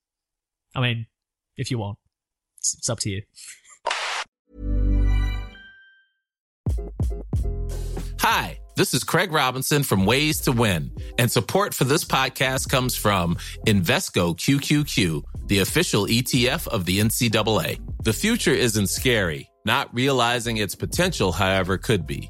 I mean, if you want, it's, it's up to you. Hi, this is Craig Robinson from Ways to Win, and support for this podcast comes from Invesco QQQ, the official ETF of the NCAA. The future isn't scary, not realizing its potential, however, could be.